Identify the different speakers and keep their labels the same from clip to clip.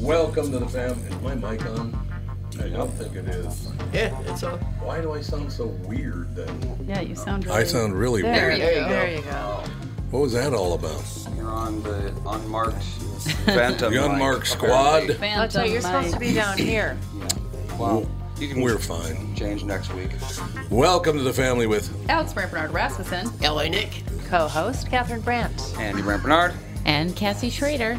Speaker 1: Welcome to the fam. Is my mic on? I don't think it is.
Speaker 2: Yeah, it's on.
Speaker 1: Why do I sound so weird then?
Speaker 3: Yeah, you sound.
Speaker 1: I sound really
Speaker 3: There
Speaker 1: weird.
Speaker 3: you go. There you go.
Speaker 1: What was that all about?
Speaker 4: You're on the unmarked
Speaker 1: The
Speaker 4: phantom.
Speaker 1: unmarked
Speaker 4: mic,
Speaker 1: squad.
Speaker 4: apparently.
Speaker 3: That's
Speaker 5: You're supposed to be down here.
Speaker 4: Well, you can
Speaker 1: We're fine.
Speaker 4: change next week.
Speaker 1: Welcome to the family with
Speaker 3: Alex Brant Bernard Rasmussen.
Speaker 2: LA Nick.
Speaker 5: Co-host Catherine Brandt
Speaker 4: Andy Brant Bernard.
Speaker 5: and Cassie Schrader.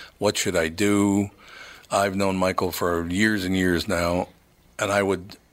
Speaker 1: What should I do? I've known Michael for years and years now, and I would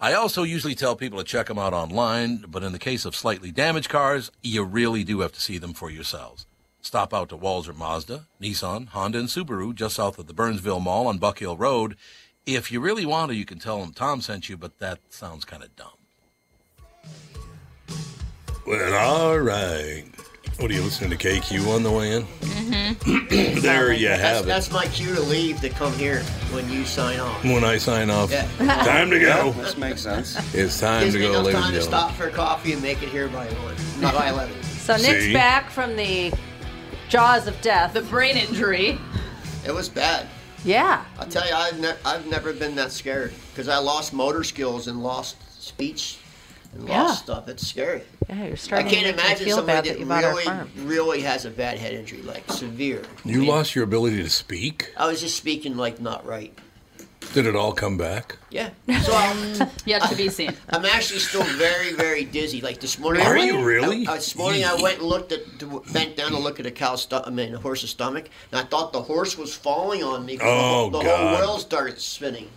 Speaker 1: I also usually tell people to check them out online, but in the case of slightly damaged cars, you really do have to see them for yourselves. Stop out to Walzer Mazda, Nissan, Honda, and Subaru just south of the Burnsville Mall on Buck Hill Road. If you really want to, you can tell them Tom sent you, but that sounds kind of dumb. Well, all right. What are you listening to KQ on the way in? Mm-hmm. there you
Speaker 6: That's,
Speaker 1: have it.
Speaker 6: that's my cue to leave to come here when you sign off.
Speaker 1: when I sign off.
Speaker 6: Yeah.
Speaker 1: Time to go.
Speaker 4: This makes sense.
Speaker 1: It's time
Speaker 6: Gives
Speaker 1: to
Speaker 6: me
Speaker 1: go,
Speaker 6: enough
Speaker 1: ladies
Speaker 6: time
Speaker 1: and
Speaker 6: to
Speaker 1: gentlemen.
Speaker 6: stop for coffee and make it here by one, not by eleven.
Speaker 5: So Nick's
Speaker 1: See?
Speaker 5: back from the jaws of death.
Speaker 3: The brain injury.
Speaker 6: It was bad.
Speaker 5: Yeah.
Speaker 6: I'll tell you, I've, ne- I've never been that scared because I lost motor skills and lost speech and
Speaker 5: Yeah.
Speaker 6: lost stuff. It's scary.
Speaker 5: Yeah, you're
Speaker 6: I
Speaker 5: starting
Speaker 6: can't
Speaker 5: to make me
Speaker 6: imagine
Speaker 5: feel bad
Speaker 6: somebody
Speaker 5: that
Speaker 6: that
Speaker 5: you bought our
Speaker 6: really,
Speaker 5: farm.
Speaker 6: really has a bad head injury, like severe.
Speaker 1: You lost your ability to speak?
Speaker 6: I was just speaking like not right.
Speaker 1: Did it all come back?
Speaker 6: Yeah. So I'm,
Speaker 3: Yet to be seen.
Speaker 6: I'm actually still very, very dizzy. Like this morning.
Speaker 1: Are
Speaker 6: I
Speaker 1: you
Speaker 6: went-
Speaker 1: really?
Speaker 6: I- uh, this morning I went and looked at, to- bent down to look at a cow's stomach, I mean, a horse's stomach, and I thought the horse was falling on me. 'cause
Speaker 1: Oh,
Speaker 6: the, whole- the
Speaker 1: God.
Speaker 6: whole world started spinning.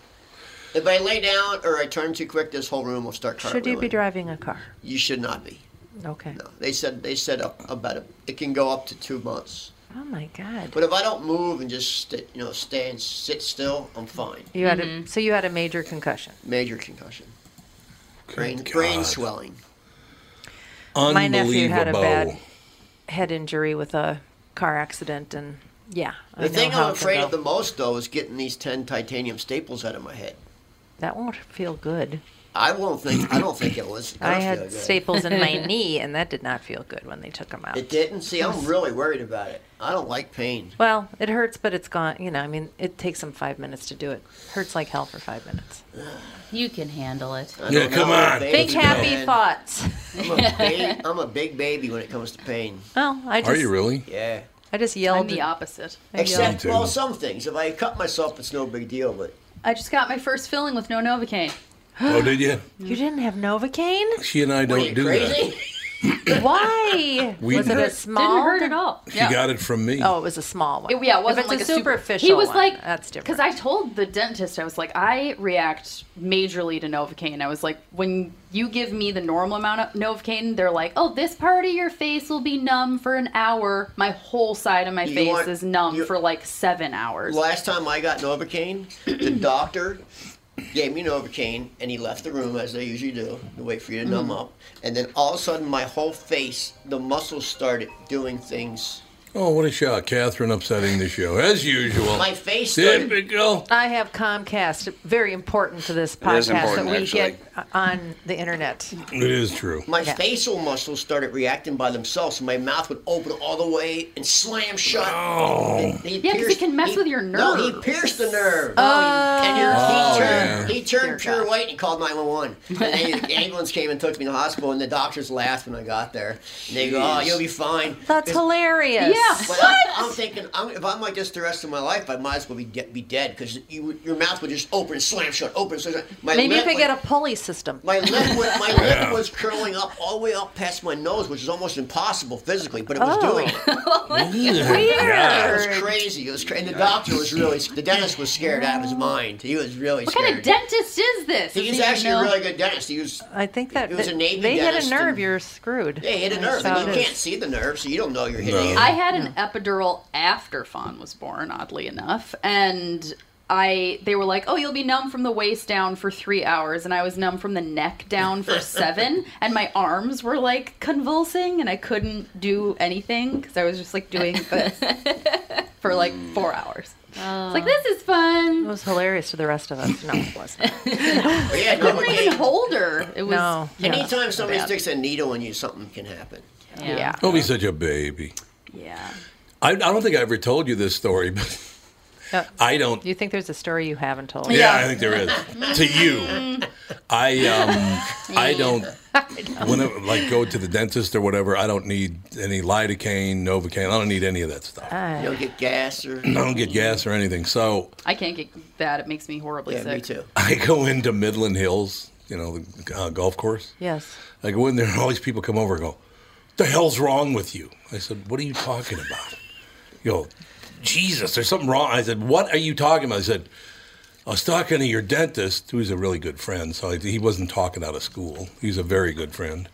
Speaker 6: If I lay down or I turn too quick, this whole room will start cartwheeling.
Speaker 5: Should you be driving a car?
Speaker 6: You should not be.
Speaker 5: Okay.
Speaker 6: They said they said up about it. It can go up to two months.
Speaker 5: Oh my god.
Speaker 6: But if I don't move and just st- you know stay and sit still, I'm fine.
Speaker 5: You had
Speaker 3: Mm-hmm.
Speaker 5: a, so you had a major concussion.
Speaker 6: Major concussion, brain,
Speaker 1: Good
Speaker 6: brain
Speaker 1: God.
Speaker 6: swelling.
Speaker 5: My nephew had a
Speaker 1: Unbelievable.
Speaker 5: bad head injury with a car accident, and yeah. I
Speaker 6: The
Speaker 5: know
Speaker 6: thing
Speaker 5: how
Speaker 6: I'm
Speaker 5: it can
Speaker 6: afraid of
Speaker 5: go.
Speaker 6: the most though is getting these ten titanium staples out of my head.
Speaker 5: That won't feel good.
Speaker 6: I won't think. I don't think it was.
Speaker 5: I
Speaker 6: don't
Speaker 5: had
Speaker 6: feel good.
Speaker 5: staples in my knee, and that did not feel good when they took them out.
Speaker 6: It didn't. See, I'm really worried about it. I don't like pain.
Speaker 5: Well, it hurts, but it's gone. You know, I mean, it takes them five minutes to do it. Hurts like hell for five minutes.
Speaker 3: You can handle it.
Speaker 6: I
Speaker 1: Yeah,
Speaker 6: don't
Speaker 1: come
Speaker 6: know, I'm a
Speaker 1: on.
Speaker 6: baby,
Speaker 5: Big happy
Speaker 6: man.
Speaker 5: thoughts.
Speaker 6: I'm a, big, I'm a big baby when it comes to pain.
Speaker 5: Well, I just,
Speaker 1: Are you really?
Speaker 6: Yeah.
Speaker 5: I just
Speaker 3: I'm
Speaker 5: yelled.
Speaker 3: the opposite.
Speaker 5: I yelled.
Speaker 6: Except, well, some things. If I cut myself, it's no big deal. But
Speaker 3: I just got my first filling with no Novocaine.
Speaker 1: Oh, did you?
Speaker 5: You didn't have Novocaine?
Speaker 1: She and I
Speaker 6: are
Speaker 1: don't
Speaker 6: you
Speaker 1: do
Speaker 6: crazy?
Speaker 1: that.
Speaker 5: Why?
Speaker 1: We
Speaker 5: was it a
Speaker 1: didn't-
Speaker 5: small?
Speaker 3: Didn't hurt
Speaker 5: did-
Speaker 3: at all.
Speaker 1: She got it from me.
Speaker 5: Oh, it was a small one.
Speaker 3: It- yeah, it
Speaker 5: If
Speaker 3: wasn't
Speaker 5: it's
Speaker 3: like
Speaker 5: a
Speaker 3: a super-
Speaker 5: superficial.
Speaker 3: He was
Speaker 5: one,
Speaker 3: like,
Speaker 5: that's different.
Speaker 3: Because I told the dentist, I was like, I react majorly to Novocaine. I was like, when you give me the normal amount of Novocaine, they're like, oh, this part of your face will be numb for an hour. My whole side of my
Speaker 6: You
Speaker 3: face
Speaker 6: want-
Speaker 3: is numb
Speaker 6: you-
Speaker 3: for like seven hours.
Speaker 6: Last time I got Novocaine, the doctor gave me Novocaine and he left the room as they usually do to wait for you to numb up. And then all of a sudden, my whole face, the muscles started doing things.
Speaker 1: Oh, what a shock. Catherine upsetting the show, as usual.
Speaker 6: My face started.
Speaker 1: Typical.
Speaker 5: I have Comcast, very important to this
Speaker 4: It is
Speaker 5: podcast that
Speaker 4: important,
Speaker 5: we
Speaker 4: actually.
Speaker 5: get uh, on the internet.
Speaker 1: It is true.
Speaker 6: My
Speaker 5: Yeah.
Speaker 6: facial muscles started reacting by themselves. My mouth would open all the way and slam shut.
Speaker 1: Oh,
Speaker 6: He
Speaker 3: Yeah, 'cause it
Speaker 6: pierced-
Speaker 3: can mess
Speaker 6: he-
Speaker 3: with your
Speaker 6: No, he
Speaker 3: nerves.
Speaker 6: pierced the nerve.
Speaker 3: And you're-
Speaker 6: he
Speaker 1: Oh,
Speaker 6: turned,
Speaker 1: yeah.
Speaker 6: he turned
Speaker 3: Dear
Speaker 6: pure
Speaker 3: God.
Speaker 6: white and he called 911. And then the ambulance came and took me to the hospital, and the doctors laughed when I got there. And they go, Oh, you'll be fine.
Speaker 5: That's hilarious.
Speaker 3: Yeah.
Speaker 6: But I, I'm thinking, I'm, if I'm like this the rest of my life, I might as well be, de- be dead because you, would- your mouth would just open and slam shut, open and slam shut. My
Speaker 5: Maybe you
Speaker 6: lip
Speaker 5: could
Speaker 6: would-
Speaker 5: get a pulley system.
Speaker 6: my lip, was, my lip was curling up all the way up past my nose, which is almost impossible physically, but it was
Speaker 5: Oh.
Speaker 6: doing it. It was crazy. It was crazy. And the doctor was really, the dentist was scared out of his mind. He was really
Speaker 3: what
Speaker 6: scared.
Speaker 3: kind of dentist is this? Does
Speaker 6: He's
Speaker 3: he even
Speaker 6: actually
Speaker 3: know?
Speaker 6: a really good dentist. He was,
Speaker 5: I think that
Speaker 6: It was a Navy
Speaker 5: they hit a
Speaker 6: dentist
Speaker 5: nerve,
Speaker 6: and-
Speaker 5: you're screwed.
Speaker 6: yeah, he hit a
Speaker 5: That's
Speaker 6: nerve.
Speaker 5: how
Speaker 6: And you
Speaker 5: it
Speaker 6: can't
Speaker 5: is.
Speaker 6: see the nerve, so you don't know you're hitting
Speaker 1: No.
Speaker 6: it.
Speaker 3: I had an epidural after Fawn was born, oddly enough, and I they were like, "Oh, you'll be numb from the waist down for three hours," and I was numb from the neck down for seven, and my arms were like convulsing, and I couldn't do anything because I was just like doing this for like four hours. It's
Speaker 5: Oh.
Speaker 3: like this is
Speaker 5: It
Speaker 3: fun.
Speaker 5: was hilarious to the rest of us. No, it wasn't.
Speaker 6: But
Speaker 3: I
Speaker 6: yeah,
Speaker 3: couldn't even
Speaker 6: Novocaine.
Speaker 3: hold her. It was
Speaker 5: No.
Speaker 3: yeah.
Speaker 6: Anytime somebody
Speaker 3: bad.
Speaker 6: sticks a needle in you, something can happen.
Speaker 3: yeah,
Speaker 1: don't be such a baby.
Speaker 3: yeah.
Speaker 1: I, I don't think I ever told you this story, but
Speaker 5: Uh,
Speaker 1: I don't.
Speaker 5: Do you think there's a story you haven't told?
Speaker 1: Yeah, I think there is. to you,
Speaker 3: Mm.
Speaker 1: I um, I don't. When I, like go to the dentist or whatever, I don't need any lidocaine, novocaine. I don't need any of that stuff. I
Speaker 6: You'll get gas or.
Speaker 1: don't get gas or anything. So
Speaker 3: I can't get that. It makes me horribly
Speaker 6: Yeah,
Speaker 3: sick.
Speaker 6: me too.
Speaker 1: I go into Midland Hills, you know, the uh, golf course.
Speaker 5: Yes.
Speaker 1: I go in there, and all these people come over and go, "The hell's wrong with you?" I said, "What are you talking about?" You go, "Jesus, there's something wrong." I said, "What are you talking about?" I said, "I was talking to your dentist, who's a really good friend. So I, he wasn't talking out of school. He's a very good friend.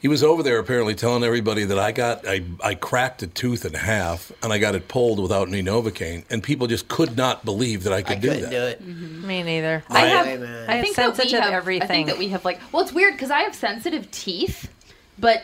Speaker 1: He was over there apparently telling everybody that I got I, I cracked a tooth in half and I got it pulled without any novocaine, and people just could not believe that I
Speaker 6: I
Speaker 1: could do that.
Speaker 6: couldn't do it.
Speaker 5: Me neither.
Speaker 3: I
Speaker 1: Right.
Speaker 3: have,
Speaker 6: Hey, man.
Speaker 5: I
Speaker 3: I
Speaker 5: have
Speaker 3: think that we
Speaker 5: sensitive
Speaker 3: have, I
Speaker 5: everything.
Speaker 3: think that we have like, well, it's weird because I have sensitive teeth, but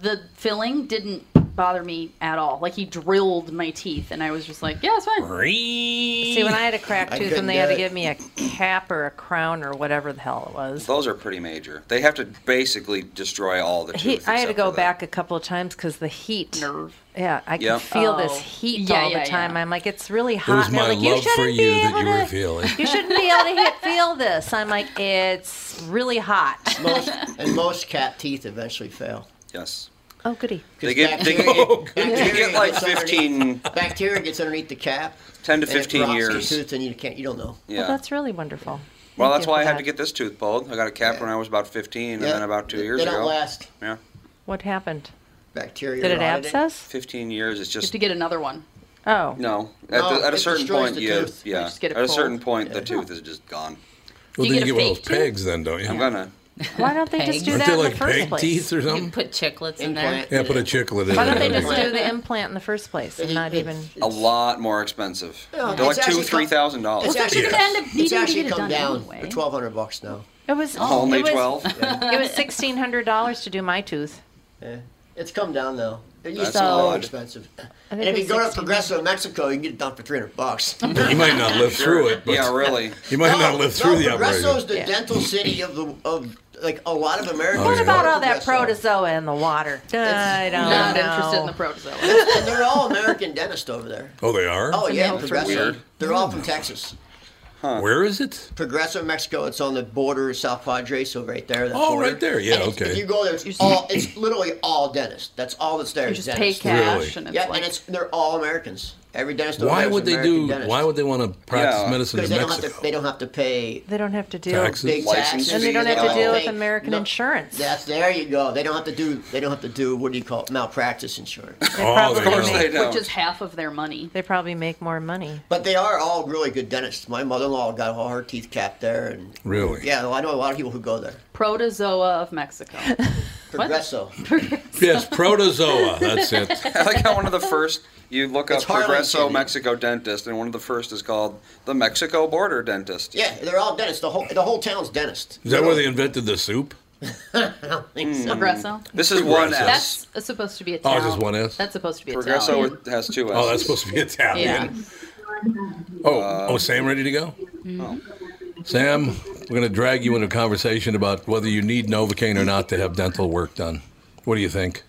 Speaker 3: the filling didn't bother me at all. Like he drilled my teeth, and I was just like, yeah, it's fine.
Speaker 5: See, when I had a cracked
Speaker 6: I
Speaker 5: tooth and they
Speaker 6: couldn't
Speaker 5: had
Speaker 6: do
Speaker 5: to
Speaker 6: it.
Speaker 5: give me a cap or a crown or whatever the hell it was,
Speaker 4: Those are pretty major. They have to basically destroy all the
Speaker 5: he,
Speaker 4: tooth
Speaker 5: I had to
Speaker 4: except
Speaker 5: go
Speaker 4: for that.
Speaker 5: back a couple of times because the heat.
Speaker 3: Nerve.
Speaker 5: Yeah, I could
Speaker 4: Yep.
Speaker 5: feel this
Speaker 3: Oh.
Speaker 5: heat
Speaker 3: Yeah,
Speaker 5: all
Speaker 3: yeah,
Speaker 5: the time.
Speaker 3: yeah.
Speaker 5: I'm like, it's really
Speaker 1: It
Speaker 5: hot.
Speaker 1: was
Speaker 5: and they're
Speaker 1: my
Speaker 5: like, you
Speaker 1: love for
Speaker 5: shouldn't
Speaker 1: you
Speaker 5: be
Speaker 1: that
Speaker 5: able
Speaker 1: you were
Speaker 5: to-
Speaker 1: feeling.
Speaker 5: You shouldn't be able to hit, feel this. I'm like, it's really hot.
Speaker 6: Most, and most cat teeth eventually fail.
Speaker 4: Yes.
Speaker 5: Oh, goody.
Speaker 4: They get, they,
Speaker 6: bacteria
Speaker 4: they get like
Speaker 6: gets underneath-
Speaker 4: 15,
Speaker 6: Bacteria gets underneath the cap.
Speaker 4: 10 to
Speaker 6: and it
Speaker 4: 15
Speaker 6: rots your
Speaker 4: years.
Speaker 6: tooth and you can't. You don't know.
Speaker 4: Yeah.
Speaker 5: Well, that's really wonderful.
Speaker 4: Well,
Speaker 5: Thank
Speaker 4: that's
Speaker 5: you
Speaker 4: why
Speaker 5: for
Speaker 4: I had
Speaker 5: that.
Speaker 4: to get this tooth pulled. I got a cap when I was about 15, and
Speaker 6: Yeah,
Speaker 4: then about two
Speaker 6: they-
Speaker 4: years
Speaker 6: They
Speaker 4: ago.
Speaker 6: don't last.
Speaker 4: Yeah,
Speaker 5: What happened?
Speaker 6: Bacteria.
Speaker 5: Did it
Speaker 6: rotted
Speaker 5: abscess?
Speaker 4: 15 years. It's
Speaker 3: You have
Speaker 4: just
Speaker 3: to get another one.
Speaker 5: Oh.
Speaker 4: no. At,
Speaker 6: No,
Speaker 4: the, at
Speaker 6: it
Speaker 4: a certain
Speaker 6: destroys
Speaker 4: point,
Speaker 6: the
Speaker 4: you,
Speaker 6: tooth.
Speaker 4: yeah.
Speaker 3: just get it
Speaker 4: At a certain
Speaker 3: pulled.
Speaker 4: point, the tooth is just gone.
Speaker 1: Well,
Speaker 3: You
Speaker 1: then
Speaker 3: get
Speaker 1: you
Speaker 3: a
Speaker 1: get one of those
Speaker 3: fake tooth?
Speaker 1: pegs, then, don't you?
Speaker 4: I'm gonna.
Speaker 5: Why don't they just
Speaker 7: Pegs.
Speaker 5: do
Speaker 1: Aren't
Speaker 5: that
Speaker 1: they
Speaker 5: in the
Speaker 1: like
Speaker 5: first
Speaker 1: pig teeth
Speaker 5: place?
Speaker 1: or
Speaker 7: You can
Speaker 1: something?
Speaker 7: put chiclets in there.
Speaker 6: Implant.
Speaker 1: Yeah, put a chiclet in
Speaker 5: Why don't they
Speaker 1: there.
Speaker 5: just do
Speaker 7: Right.
Speaker 5: the implant in the first place and not even?
Speaker 4: A lot more expensive. They're
Speaker 6: Yeah, it's
Speaker 4: like two,
Speaker 6: actually
Speaker 4: three thousand dollars.
Speaker 6: It's actually,
Speaker 1: you're
Speaker 3: gonna end up needing
Speaker 6: it's
Speaker 3: to
Speaker 6: actually
Speaker 3: get it
Speaker 6: come
Speaker 3: done
Speaker 6: down
Speaker 3: anyway.
Speaker 6: to twelve hundred bucks now.
Speaker 5: It was
Speaker 4: Only
Speaker 5: it was-
Speaker 4: twelve.
Speaker 5: It was sixteen hundred dollars to do my tooth.
Speaker 6: Yeah. It's come down though. It used
Speaker 4: That's
Speaker 6: to be more
Speaker 4: odd.
Speaker 6: expensive.
Speaker 5: I
Speaker 6: And
Speaker 5: think
Speaker 6: if you
Speaker 5: it's
Speaker 6: go to
Speaker 5: 16.
Speaker 6: Progreso, Mexico, you can get it done for three hundred bucks.
Speaker 1: You might not live through it, but
Speaker 4: yeah, really.
Speaker 1: you might not live through the operation.
Speaker 6: Progreso is the
Speaker 5: Yeah.
Speaker 6: dental city of the of like a lot of
Speaker 4: Oh,
Speaker 6: Americans.
Speaker 1: What
Speaker 5: What
Speaker 6: go to
Speaker 5: about all that
Speaker 6: Progreso.
Speaker 5: protozoa in the water? I don't
Speaker 3: Not
Speaker 5: know.
Speaker 3: interested in the protozoa.
Speaker 6: And they're all American dentists over there.
Speaker 1: Oh, they are.
Speaker 6: Oh yeah, Progreso.
Speaker 4: Weird.
Speaker 6: They're all from Texas.
Speaker 1: Where is it?
Speaker 6: Progreso, Mexico. It's on the border of South Padre, so right there. that
Speaker 1: Oh,
Speaker 6: border.
Speaker 1: right there. Yeah,
Speaker 6: And it's- If
Speaker 1: okay.
Speaker 6: you go there, it's all. It's literally all dentists. That's all that's there.
Speaker 3: You
Speaker 6: is
Speaker 3: just pay
Speaker 6: dentists.
Speaker 3: cash,
Speaker 1: Really?
Speaker 3: and it's
Speaker 6: Yeah,
Speaker 3: like
Speaker 6: and it's they're all Americans. Every dentist. over
Speaker 1: Why
Speaker 6: there is
Speaker 1: would
Speaker 6: an
Speaker 1: they
Speaker 6: American
Speaker 1: do?
Speaker 6: Dentist.
Speaker 1: Why would they want to practice
Speaker 4: Yeah.
Speaker 1: medicine in
Speaker 6: Because they don't have
Speaker 1: Mexico?
Speaker 6: to. They don't have to pay
Speaker 5: They don't have to deal.
Speaker 1: Taxes.
Speaker 6: big
Speaker 4: License
Speaker 6: taxes.
Speaker 4: And they don't have to
Speaker 6: don't
Speaker 4: deal
Speaker 5: with
Speaker 6: pay-
Speaker 5: American insurance.
Speaker 6: That's there you go. They don't have to do. They don't have to do what do you call it, malpractice insurance.
Speaker 5: They probably
Speaker 1: Oh, they don't.
Speaker 4: Of course
Speaker 5: make,
Speaker 4: they
Speaker 3: which is
Speaker 4: don't.
Speaker 3: half of their money.
Speaker 5: they probably make more money.
Speaker 6: But they are all really good dentists. My mother-in-law got all her teeth capped there, and
Speaker 1: Really?
Speaker 6: yeah, well, I know a lot of people who go there.
Speaker 3: Protozoa of Mexico.
Speaker 6: Progresso.
Speaker 1: Yes, protozoa. That's it.
Speaker 4: I like how one of the first you look up
Speaker 6: It's Harlan
Speaker 4: Progreso
Speaker 6: City.
Speaker 4: Mexico dentist, and one of the first is called the Mexico border dentist.
Speaker 6: Yeah, they're all dentists. The whole the whole town's dentist.
Speaker 1: Is that where they invented the soup?
Speaker 3: Hmm. Progreso.
Speaker 4: Hmm. This is one
Speaker 1: Progreso.
Speaker 4: S.
Speaker 3: That's supposed to be
Speaker 1: Oh,
Speaker 3: Italian.
Speaker 1: just one S?
Speaker 3: That's supposed to be
Speaker 4: Progreso
Speaker 3: Italian.
Speaker 4: with- has two S's.
Speaker 1: Oh, that's supposed to be Italian.
Speaker 3: Yeah.
Speaker 1: Oh, oh, Sam, ready to go?
Speaker 3: Mm-hmm.
Speaker 6: Oh.
Speaker 1: Sam, we're going to drag you into a conversation about whether you need Novocaine or not to have dental work done. What do you think?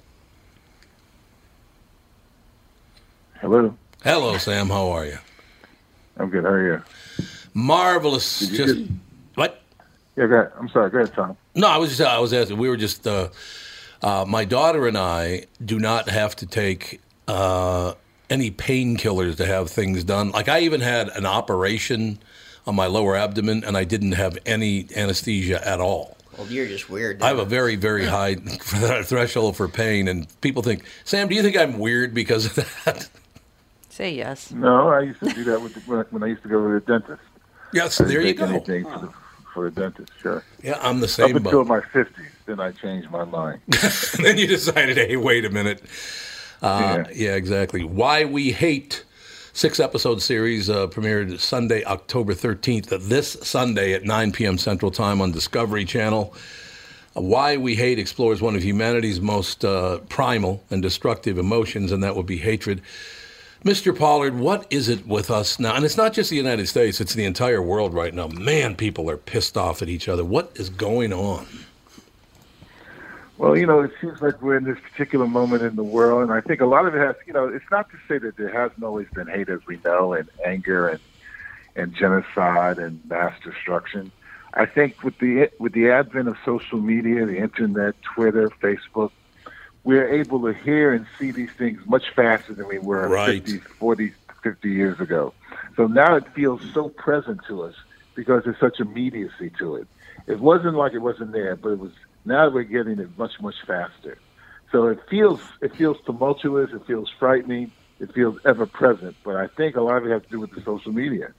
Speaker 8: Hello.
Speaker 1: Hello, Sam. How are you?
Speaker 8: I'm good. How are you?
Speaker 1: Marvelous.
Speaker 8: Did you
Speaker 1: Just
Speaker 8: get-
Speaker 1: what?
Speaker 8: Yeah, go ahead. I'm sorry. Go ahead, Tom.
Speaker 1: No, I was just, I was asking. We were just uh, uh, my daughter and I do not have to take uh, any painkillers to have things done. Like I even had an operation on my lower abdomen, and I didn't have any anesthesia at all.
Speaker 6: Well, you're just weird.
Speaker 1: I have a very, very high threshold for pain, and people think, Sam, do you think I'm weird because of that?
Speaker 5: Say yes.
Speaker 8: No, I used to do that with the, when, when I used to go to the dentist.
Speaker 1: yes,
Speaker 8: I didn't
Speaker 1: there you
Speaker 8: take
Speaker 1: go.
Speaker 8: Anything for the, for the dentist, sure.
Speaker 1: Yeah, I'm the
Speaker 8: Up
Speaker 1: same. boat.
Speaker 8: until my 50s, then I changed my mind.
Speaker 1: And then you decided, hey, wait a minute. Uh,
Speaker 8: Yeah.
Speaker 1: yeah, exactly. Why We Hate, six episode series uh, premiered Sunday, October 13th, uh, this Sunday at 9 p.m. Central Time on Discovery Channel. Uh, Why We Hate explores one of humanity's most uh, primal and destructive emotions, and that would be hatred. Mr. Pollard, what is it with us now? And it's not just the United States, it's the entire world right now. Man, people are pissed off at each other. What is going on?
Speaker 8: Well, you know, it seems like we're in this particular moment in the world, and I think a lot of it has, you know, it's not to say that there hasn't always been hate, as we know, and anger, and and genocide, and mass destruction. I think with the with the advent of social media, the internet, Twitter, Facebook, we're able to hear and see these things much faster than we were
Speaker 1: Right.
Speaker 8: 50, 40, 50 years ago. So now it feels so present to us because there's such immediacy to it. It wasn't like it wasn't there, but it was. Now we're getting it much much faster. So it feels it feels tumultuous. It feels frightening. It feels ever present. But I think a lot of it has to do with the social media.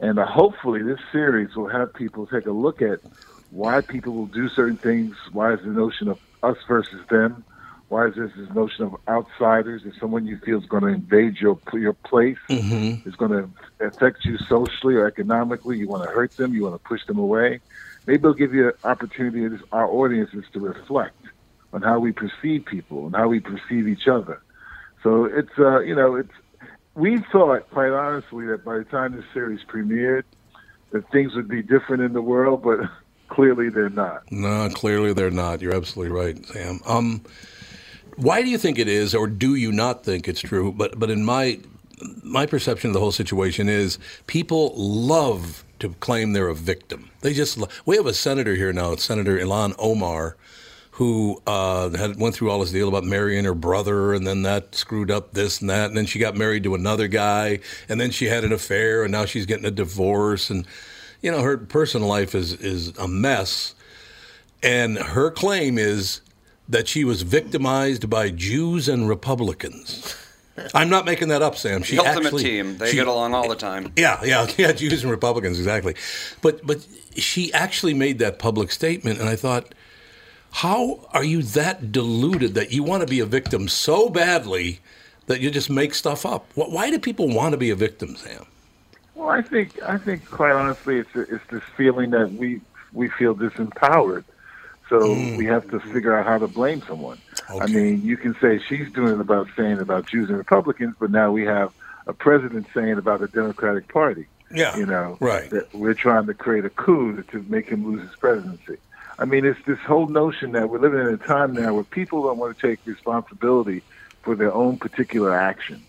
Speaker 8: And uh, hopefully, this series will have people take a look at why people will do certain things. Why is the notion of us versus them? Why is this this notion of outsiders? Is someone you feel is going to invade your your place? Is going to affect you socially or economically? You want to hurt them? You want to push them away? Maybe it'll give you an opportunity, as our audiences, to reflect on how we perceive people and how we perceive each other. So it's uh, you know it's we thought, quite honestly, that by the time this series premiered, that things would be different in the world, but clearly they're not.
Speaker 1: No, clearly they're not. You're absolutely right, Sam. Um, why do you think it is, or do you not think it's true? But but in my my perception of the whole situation is people love to claim they're a victim. They just lo- we have a senator here now, Senator Ilan Omar, who uh, had went through all this deal about marrying her brother, and then that screwed up this and that, and then she got married to another guy, and then she had an affair, and now she's getting a divorce, and you know her personal life is is a mess. And her claim is that she was victimized by Jews and Republicans. I'm not making that up, Sam. She
Speaker 4: the ultimate
Speaker 1: actually,
Speaker 4: team. They
Speaker 1: she-
Speaker 4: get along all the time.
Speaker 1: Yeah, yeah, yeah. Jews and Republicans, exactly. But but she actually made that public statement, and I thought, how are you that deluded that you want to be a victim so badly that you just make stuff up? Wh- Why do people want to be a victim, Sam?
Speaker 8: Well, I think I think quite honestly, it's it's this feeling that we we feel disempowered, so we have to figure out how to blame someone. I
Speaker 1: Mm. Okay.
Speaker 8: mean, you can say she's doing it about saying about Jews and Republicans, but now we have a president saying about the Democratic Party.
Speaker 1: Yeah,
Speaker 8: you know,
Speaker 1: right.
Speaker 8: That we're trying to create a coup to make him lose his presidency. I mean, it's this whole notion that we're living in a time now where people don't want to take responsibility for their own particular actions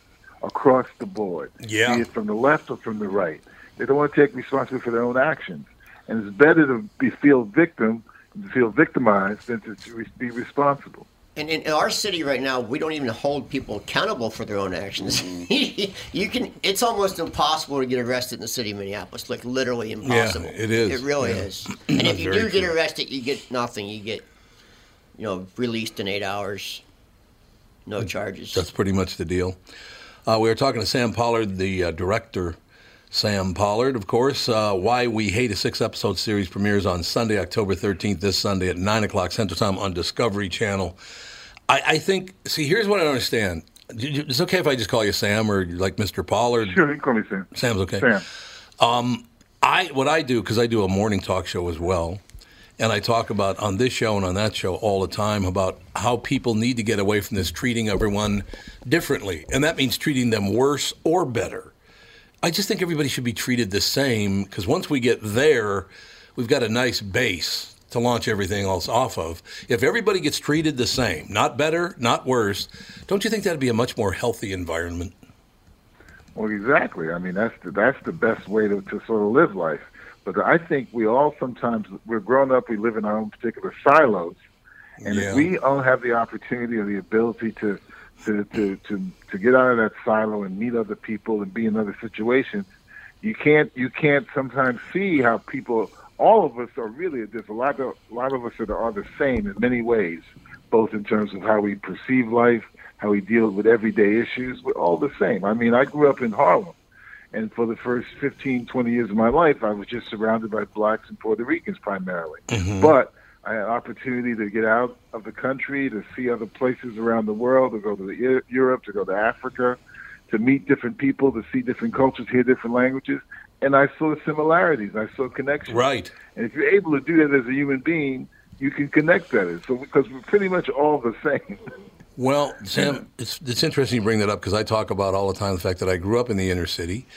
Speaker 8: across the board,
Speaker 1: Yeah.
Speaker 8: be it from the left or from the right. They don't want to take responsibility for their own actions, and it's better to be feel victim, feel victimized, than to re- be responsible.
Speaker 6: And in our city right now, we don't even hold people accountable for their own actions.
Speaker 1: Hmm.
Speaker 6: you can it's almost impossible to get arrested in the city of Minneapolis, like literally impossible.
Speaker 1: it is.
Speaker 6: It really
Speaker 1: Yeah.
Speaker 6: is. And if you
Speaker 1: Very
Speaker 6: do get
Speaker 1: true.
Speaker 6: arrested, you get nothing. You get you know, released in 8 hours. No charges.
Speaker 1: That's pretty much the deal. Uh, we were talking to Sam Pollard, the uh, director, Sam Pollard, of course. Uh, Why We Hate a six episode series premieres on Sunday, October 13th, this Sunday at 9 o'clock Central Time on Discovery Channel. I, I think, see, here's what I don't understand. Do you- It's okay if I just call you Sam or like Mr. Pollard.
Speaker 8: Sure, you can call me Sam.
Speaker 1: Sam's okay.
Speaker 8: Sam.
Speaker 1: Um, I what I do because I do a morning talk show as well, and I talk about on this show and on that show all the time about how people need to get away from this treating everyone differently, and that means treating them worse or better. I just think everybody should be treated the same because once we get there, we've got a nice base to launch everything else off of. If everybody gets treated the same, not better, not worse, don't you think that'd be a much more healthy environment?
Speaker 8: Well, exactly. I mean, that's the, that's the best way to, to sort of live life. But I think we all sometimes we're grown up. We live in our own particular silos, and
Speaker 1: Yeah.
Speaker 8: if we all have the opportunity or the ability to to, to to to get out of that silo and meet other people and be in other situations, you can't you can't sometimes see how people. All of us are really there's a lot of a lot of us that are the same in many ways, both in terms of how we perceive life, how we deal with everyday issues. We're all the same. I mean, I grew up in Harlem. And for the first 15, 20 years of my life, I was just surrounded by blacks and Puerto Ricans primarily.
Speaker 1: Mm-hmm.
Speaker 8: But I had an opportunity to get out of the country, to see other places around the world, to go to the, Eu- Europe, to go to Africa, to meet different people, to see different cultures, hear different languages. And I saw similarities. I saw connections.
Speaker 1: Right.
Speaker 8: And if you're able to do that as a human being, you can connect better. So because we're pretty much all the same.
Speaker 1: Well, Sam, it's, it's interesting you bring that up because I talk about all the time the fact that I grew up in the inner city.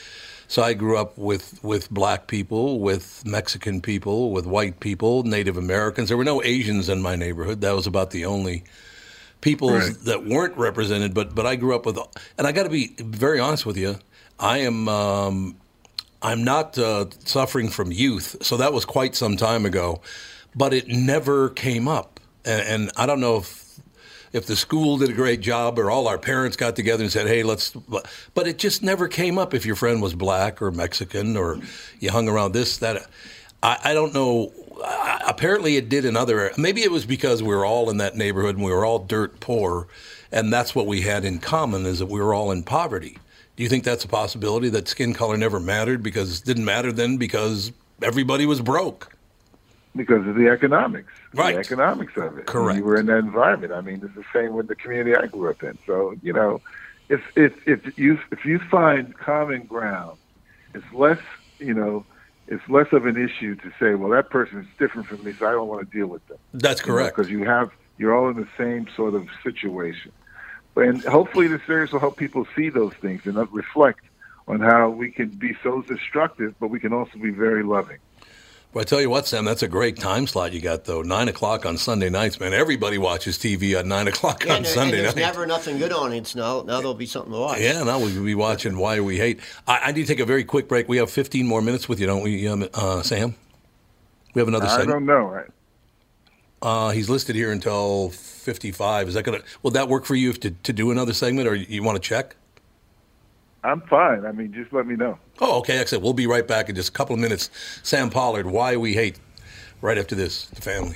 Speaker 1: So I grew up with, with black people, with Mexican people, with white people, Native Americans. There were no Asians in my neighborhood. That was about the only peoples
Speaker 8: Right.
Speaker 1: that weren't represented. But but I grew up with, and I got to be very honest with you. I am um, I'm not uh, suffering from youth, so that was quite some time ago, but it never came up, and, and I don't know if if the school did a great job or all our parents got together and said, "Hey, let's," but it just never came up if your friend was black or Mexican or you hung around this that. I, I don't know. I, apparently, it did in other. Maybe it was because we were all in that neighborhood and we were all dirt poor, and that's what we had in common is that we were all in poverty. Do you think that's a possibility that skin color never mattered because it didn't matter then because everybody was broke?
Speaker 8: because of the economics,
Speaker 1: Right.
Speaker 8: the economics of it.
Speaker 1: Correct.
Speaker 8: You were in that environment. I mean, it's the same with the community I grew up in. So you know, if if if you if you find common ground, it's less you know, it's less of an issue to say, well, that person is different from me, so I don't want to deal with them.
Speaker 1: That's correct.
Speaker 8: Because you have you're all in the same sort of situation. And hopefully the series will help people see those things and reflect on how we can be so destructive, but we can also be very loving.
Speaker 1: But I tell you what, Sam, that's a great time slot you got though. Nine o'clock on Sunday nights, man. Everybody watches TV at nine o'clock
Speaker 6: Yeah,
Speaker 1: on
Speaker 6: and, there- and
Speaker 1: Sunday
Speaker 6: there's
Speaker 1: night.
Speaker 6: never nothing good on it. It's now now there'll be something to watch.
Speaker 1: yeah, now we'll be watching Why We Hate. I, I need to take a very quick break. We have 15 more minutes with you, don't we, um, uh, Sam? We have another
Speaker 8: I
Speaker 1: segment.
Speaker 8: don't know. I,
Speaker 1: Uh, he's listed here until 55. Is that gonna? Will that work for you if to, to do another segment, or you want to check?
Speaker 8: I'm fine. I mean, just let me know.
Speaker 1: Oh, okay, excellent. We'll be right back in just a couple of minutes. Sam Pollard, Why We Hate, right after this, the family.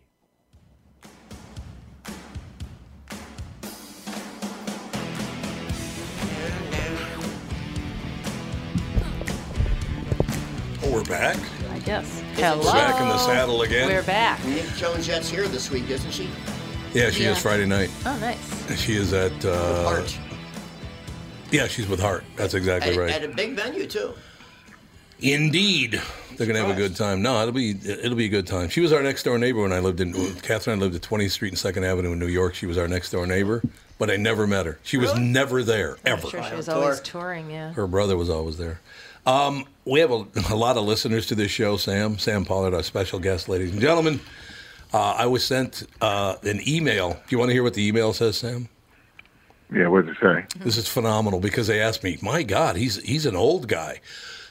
Speaker 1: Oh, we're back.
Speaker 3: I guess.
Speaker 5: Hello.
Speaker 1: Back in the saddle again.
Speaker 5: We're back.
Speaker 6: Nick Jones Jett's here this week, isn't she?
Speaker 1: Yeah, she
Speaker 3: Yeah.
Speaker 1: is Friday night.
Speaker 5: Oh, nice.
Speaker 1: She is at. Uh,
Speaker 6: Arch.
Speaker 1: Yeah, she's with Hart. That's exactly
Speaker 6: At,
Speaker 1: right.
Speaker 6: at a big venue, too.
Speaker 1: Indeed, they're gonna have a good time. No, it'll be it'll be a good time. She was our next door neighbor when I lived in Catherine. and I lived at 20th Street and Second Avenue in New York. She was our next door neighbor, but I never met her. She was never there ever.
Speaker 5: Sure, she was
Speaker 6: Tour.
Speaker 5: always touring, yeah.
Speaker 1: Her brother was always there. Um, we have a, a lot of listeners to this show, Sam. Sam Pollard, our special guest, ladies and gentlemen. Uh, I was sent uh, an email. Do you want to hear what the email says, Sam?
Speaker 8: Yeah, what did it say?
Speaker 5: Mm-hmm.
Speaker 1: This is phenomenal because they asked me, my God, he's, he's an old guy.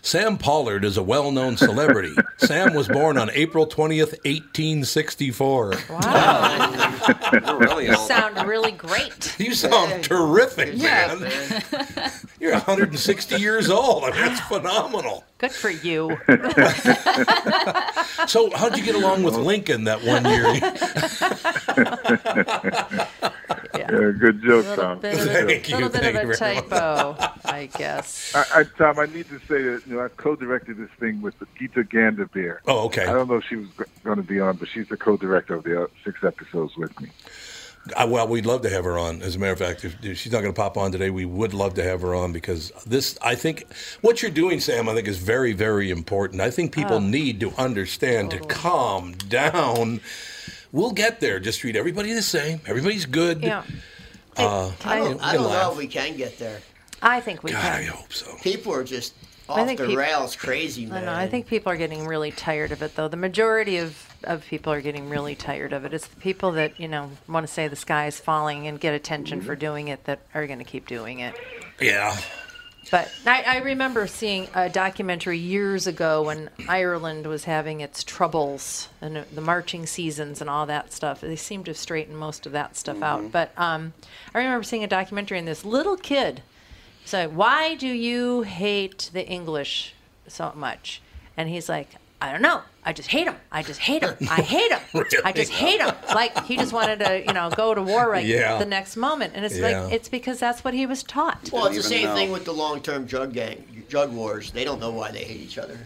Speaker 1: Sam Pollard is a well known celebrity. Sam was born on April 20th, 1864.
Speaker 5: Wow.
Speaker 1: Oh,
Speaker 4: We're really
Speaker 5: you
Speaker 4: old.
Speaker 5: sound really great.
Speaker 1: You sound terrific,
Speaker 6: Yeah,
Speaker 1: man. You're 160 years old. I mean, that's phenomenal.
Speaker 5: Good for you.
Speaker 1: So, how'd you get along with Lincoln that one year?
Speaker 8: Yeah, good joke,
Speaker 5: little
Speaker 8: Tom.
Speaker 5: bit of a,
Speaker 1: Thank you,
Speaker 5: little bit
Speaker 1: thank you
Speaker 5: of a
Speaker 1: very much.
Speaker 5: typo, I guess.
Speaker 8: I, I, Tom, I need to say that you know I've co-directed this thing with Gita Gandabeer.
Speaker 1: Oh,
Speaker 8: I
Speaker 1: okay.
Speaker 8: don't know if she was going to be on, but she's the co-director of the uh, six episodes with me.
Speaker 1: I, well, we'd love to have her on. As a matter of fact, if, if she's not going to pop on today, we would love to have her on because this, I think, what you're doing, Sam, I think is very, very important. I think people need to understand to calm down. We'll get there. Just treat everybody the same. Everybody's good. Uh,
Speaker 5: Yeah.
Speaker 6: I don't, I
Speaker 1: can
Speaker 6: don't know
Speaker 1: laugh.
Speaker 6: if we can get there.
Speaker 5: I think we
Speaker 1: God, I
Speaker 5: can.
Speaker 1: hope so.
Speaker 6: People are just
Speaker 5: I
Speaker 6: off the
Speaker 5: think peop-
Speaker 6: rails crazy, man.
Speaker 5: I know. I think people are getting really tired of it, though. The majority of, of people are getting really tired of it. It's the people that, you know, want to say the sky is falling and get attention for doing it that are going to keep doing it.
Speaker 1: Yeah.
Speaker 5: But I, I remember seeing a documentary years ago when Ireland was having its troubles and the marching seasons and all that stuff. They seem to have straightened most of that stuff
Speaker 1: Mm-hmm.
Speaker 5: out. But um, I remember seeing a documentary and this little kid said, Why do you hate the English so much? And he's like, I don't know. I just hate them. I just hate them. I hate them. I just hate them. Like he just wanted to, you know, go to war right
Speaker 1: Yeah.
Speaker 5: the next moment. And it's
Speaker 1: Yeah.
Speaker 5: like it's because that's what he was taught.
Speaker 6: Well, it's
Speaker 4: Didn't
Speaker 6: the same
Speaker 4: even know.
Speaker 6: thing with the long-term drug gang, drug wars. They don't know why they hate each other.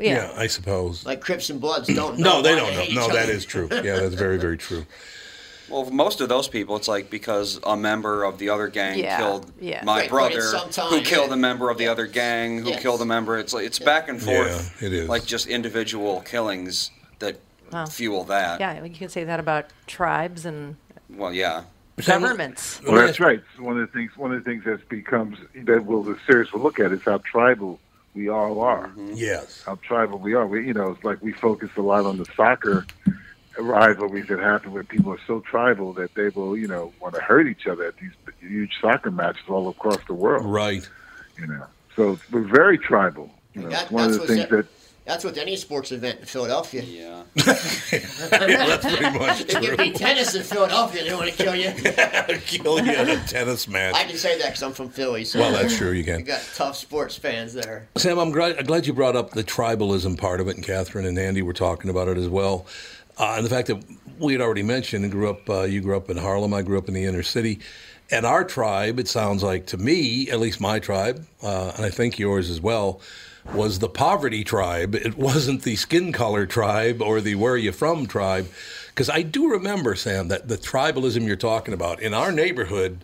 Speaker 5: yeah.
Speaker 1: I suppose.
Speaker 6: Like Crips and Bloods don't. know
Speaker 1: no, they
Speaker 6: why
Speaker 1: don't
Speaker 6: hate
Speaker 1: know.
Speaker 6: each
Speaker 1: No, that
Speaker 6: other.
Speaker 1: is true. Yeah, that's very, very true.
Speaker 4: Well, for most of those people, it's like because a member of the other gang
Speaker 5: Yeah,
Speaker 4: killed
Speaker 5: yeah.
Speaker 4: my
Speaker 6: Right, but
Speaker 4: brother,
Speaker 6: it's sometime-
Speaker 4: who killed a member of the other gang, who
Speaker 6: Yes.
Speaker 4: killed a member. It's like it's back and forth.
Speaker 1: Yeah, it is.
Speaker 4: Like just individual killings that fuel that.
Speaker 5: Yeah, you can say that about tribes and
Speaker 4: Well, yeah.
Speaker 5: governments.
Speaker 8: Well, Oh, that's right. It's one of the things. One of the things that's becomes that will the series will look at is how tribal we all are.
Speaker 1: Yes.
Speaker 8: How tribal we are. We, you know, it's like we focus a lot on the soccer rivalries that happen where people are so tribal that they will, you know, want to hurt each other at these huge soccer matches all across the world.
Speaker 1: Right.
Speaker 8: You know, so we're very tribal. You know,
Speaker 6: That-
Speaker 8: it's one of
Speaker 6: that's
Speaker 8: the
Speaker 6: what's e-
Speaker 8: things
Speaker 6: that-
Speaker 8: that
Speaker 6: That's with any sports event in Philadelphia. Yeah.
Speaker 1: that's pretty much
Speaker 6: If you
Speaker 1: true.
Speaker 6: play tennis in Philadelphia, they want to kill you.
Speaker 1: Kill you in a tennis match.
Speaker 6: I can say that because I'm from Philly. So
Speaker 1: Well, that's true, you can.
Speaker 6: You got tough sports fans there.
Speaker 1: Sam, I'm glad, glad you brought up the tribalism part of it, and Catherine and Andy were talking about it as well. Uh, and the fact that we had already mentioned, and grew up, uh, you grew up in Harlem, I grew up in the inner city. And our tribe, it sounds like to me, at least my tribe, uh, and I think yours as well, was the poverty tribe. It wasn't the skin color tribe or the where are you from tribe. Because I do remember, Sam, that the tribalism you're talking about in our neighborhood,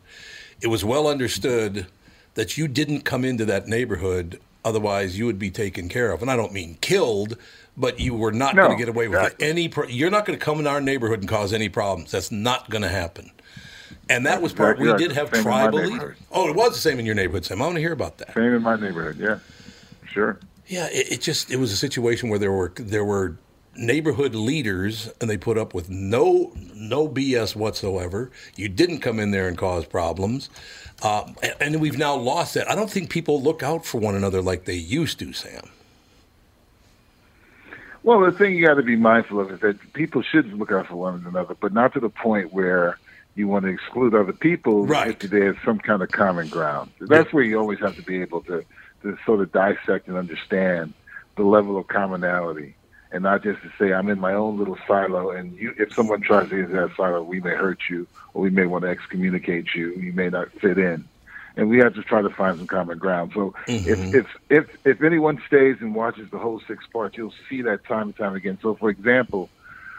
Speaker 1: it was well understood that you didn't come into that neighborhood, otherwise you would be taken care of. And I don't mean killed, but you were not
Speaker 8: No,
Speaker 1: going to get away with any. Pro- you're not going to come in our neighborhood and cause any problems. That's not going to happen. And that was part.
Speaker 8: exactly
Speaker 1: We
Speaker 8: right.
Speaker 1: did have
Speaker 8: Same in my
Speaker 1: tribal leaders.
Speaker 8: neighborhood.
Speaker 1: Oh, it was the same in your neighborhood, Sam. I want to hear about that.
Speaker 8: same in my neighborhood. Yeah, sure.
Speaker 1: Yeah, it, it just it was a situation where there were there were neighborhood leaders, and they put up with no no BS whatsoever. You didn't come in there and cause problems, uh, and, and we've now lost that. I don't think people look out for one another like they used to, Sam.
Speaker 8: Well, the thing you got to be mindful of is that people should look out for one another, but not to the point where you want to exclude other people
Speaker 1: Right.
Speaker 8: if there's some kind of common ground. That's where you always have to be able to, to sort of dissect and understand the level of commonality and not just to say, I'm in my own little silo, and you, if someone tries to get into that silo, we may hurt you or we may want to excommunicate you. You may not fit in. And we have to try to find some common ground. So
Speaker 9: Mhm.
Speaker 8: if, if if if anyone stays and watches the whole six parts, you'll see that time and time again. So, for example,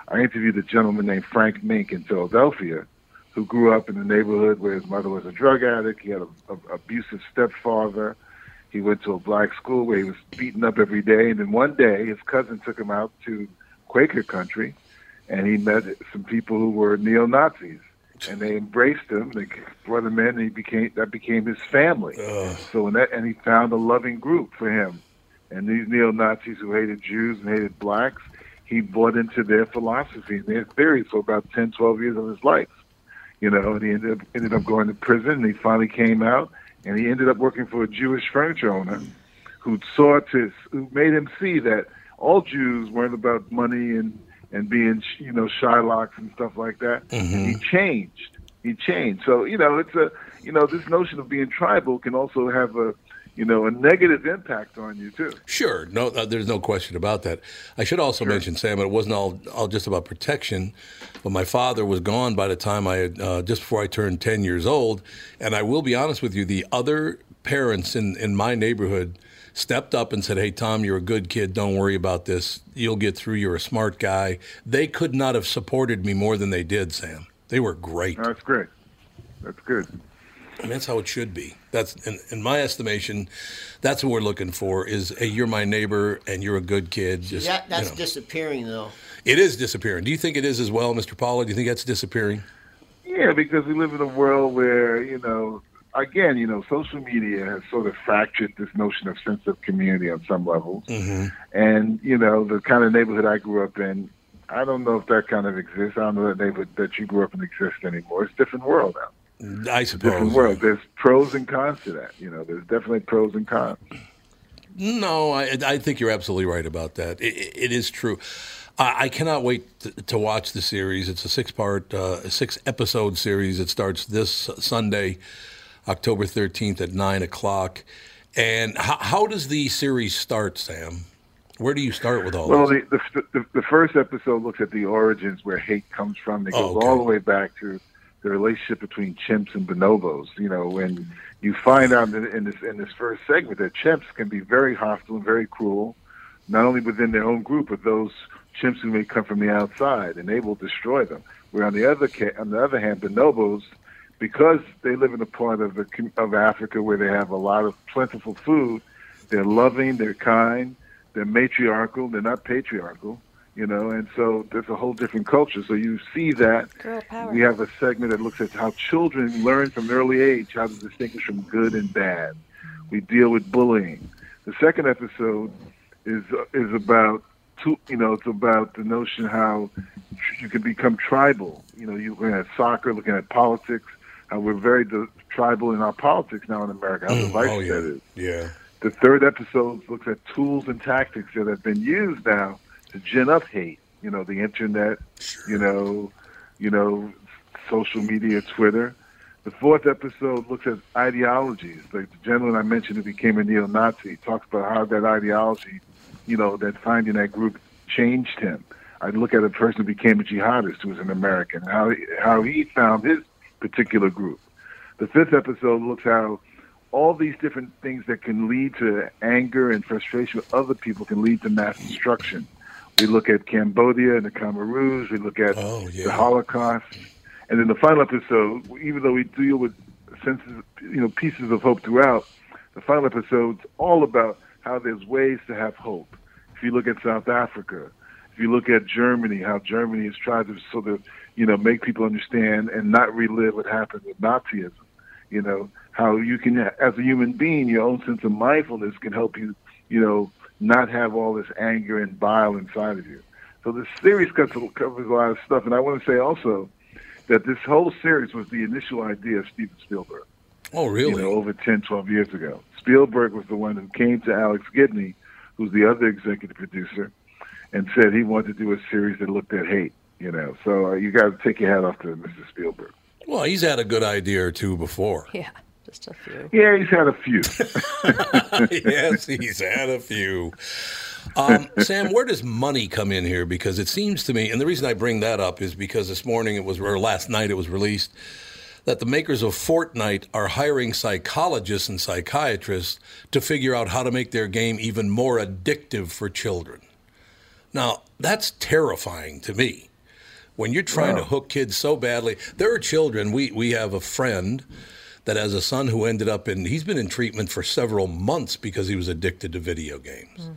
Speaker 8: I interviewed a gentleman named Frank Mink in Philadelphia, who grew up in the neighborhood where his mother was a drug addict. He had an abusive stepfather. He went to a black school where he was beaten up every day. And then one day, his cousin took him out to Quaker country, and he met some people who were neo Nazis. And they embraced him. They brought him in, and he became that became his family.
Speaker 1: Uh,
Speaker 8: So in that, and he found a loving group for him. And these neo Nazis who hated Jews and hated blacks, he bought into their philosophy and their theories for about 10, 12 years of his life. You know, and he ended up, ended up going to prison, and he finally came out, and he ended up working for a Jewish furniture owner who saw to who made him see that all Jews weren't about money and and being you know Shylocks and stuff like that. And he changed. He changed. So you know it's a you know this notion of being tribal can also have a you know a negative impact on you too.
Speaker 1: Sure, no, uh, there's no question about that. I should also mention, Sam, it wasn't all, all just about protection, but my father was gone by the time I had, uh, just before I turned 10 years old. And I will be honest with you, the other parents in, in my neighborhood stepped up and said, Hey, Tom, you're a good kid. Don't worry about this. You'll get through. You're a smart guy. They could not have supported me more than they did, Sam. They were great.
Speaker 8: That's great. That's good.
Speaker 1: And that's how it should be. That's in, in my estimation, that's what we're looking for is hey, you're my neighbor and you're a good kid. Just,
Speaker 6: that, that's
Speaker 1: you know.
Speaker 6: disappearing though.
Speaker 1: It is disappearing. Do you think it is as well, Mr. Paula? Do you think that's disappearing?
Speaker 8: Yeah, because we live in a world where, you know, again, you know, social media has sort of fractured this notion of sense of community on some levels.
Speaker 5: Mm. Mm-hmm.
Speaker 8: And, you know, the kind of neighborhood I grew up in, I don't know if that kind of exists. I don't know that neighborhood that you grew up in exists anymore. It's a different world now.
Speaker 1: I
Speaker 8: It's a different
Speaker 1: suppose.
Speaker 8: world. There's pros and cons to that. You know, there's definitely pros and cons.
Speaker 1: No, I, I think you're absolutely right about that. It, it- it is true. I, I cannot wait to, to watch the series. It's a six part, uh, six episode series. It starts this Sunday, October 13th at 9 o'clock. And how, how does the series start, Sam? Where do you start with all
Speaker 8: Well,
Speaker 1: this?
Speaker 8: the, the, the, the first episode looks at the origins where hate comes from. It goes
Speaker 1: Oh, okay.
Speaker 8: all the way back to the relationship between chimps and bonobos. You know, when you find out in, in this in this first segment that chimps can be very hostile and very cruel, not only within their own group, but those chimps who may come from the outside, and they will destroy them. Where on the other ca- on the other hand, bonobos, because they live in a part of the com- of Africa where they have a lot of plentiful food, they're loving, they're kind, they're matriarchal, they're not patriarchal. you know, and so that's a whole different culture. So you see that.
Speaker 5: Girl power.
Speaker 8: We have a segment that looks at how children learn from an early age how to distinguish from good and bad. We deal with bullying. The second episode is is about two, you know, it's about the notion how tr- you can become tribal. You know, you're looking at soccer, looking at politics. How we're very di- tribal in our politics now in America. How divisive
Speaker 1: oh, yeah.
Speaker 8: that is.
Speaker 1: Yeah.
Speaker 8: The third episode looks at tools and tactics that have been used now to gin up hate. You know, the internet, you know, you know, social media, Twitter. The fourth episode looks at ideologies. Like the gentleman I mentioned who became a neo-Nazi talks about how that ideology, you know, that finding that group changed him. I look at a person who became a jihadist who was an American, how he, how he found his particular group. The fifth episode looks how all these different things that can lead to anger and frustration with other people can lead to mass destruction. We look at Cambodia and the Cameroons. We look at the Holocaust, and then the final episode. Even though we deal with senses, you know, pieces of hope throughout, the final episode's all about how there's ways to have hope. If you look at South Africa, if you look at Germany, how Germany has tried to sort of, you know, make people understand and not relive what happened with Nazism you know how you can as a human being your own sense of mindfulness can help you you know not have all this anger and bile inside of you so this series cuts- covers a lot of stuff and i want to say also that this whole series was the initial idea of steven spielberg
Speaker 1: Oh, really?
Speaker 8: you know, over 10, 12 years ago. Spielberg was the one who came to Alex Gibney, who's the other executive producer, and said he wanted to do a series that looked at hate. You know, so uh, you got to take your hat off to Mr. Spielberg.
Speaker 1: Well, he's had a good idea or two before.
Speaker 5: Yeah, just a few.
Speaker 8: Yeah, he's had a few.
Speaker 1: yes, he's had a few. Um, Sam, where does money come in here? Because it seems to me, and the reason I bring that up is because this morning it was, or last night it was released, that the makers of Fortnite are hiring psychologists and psychiatrists to figure out how to make their game even more addictive for children. Now, that's terrifying to me. When you're trying to hook kids so badly, there are children. We, we have a friend that has a son who ended up in, he's been in treatment for several months because he was addicted to video games.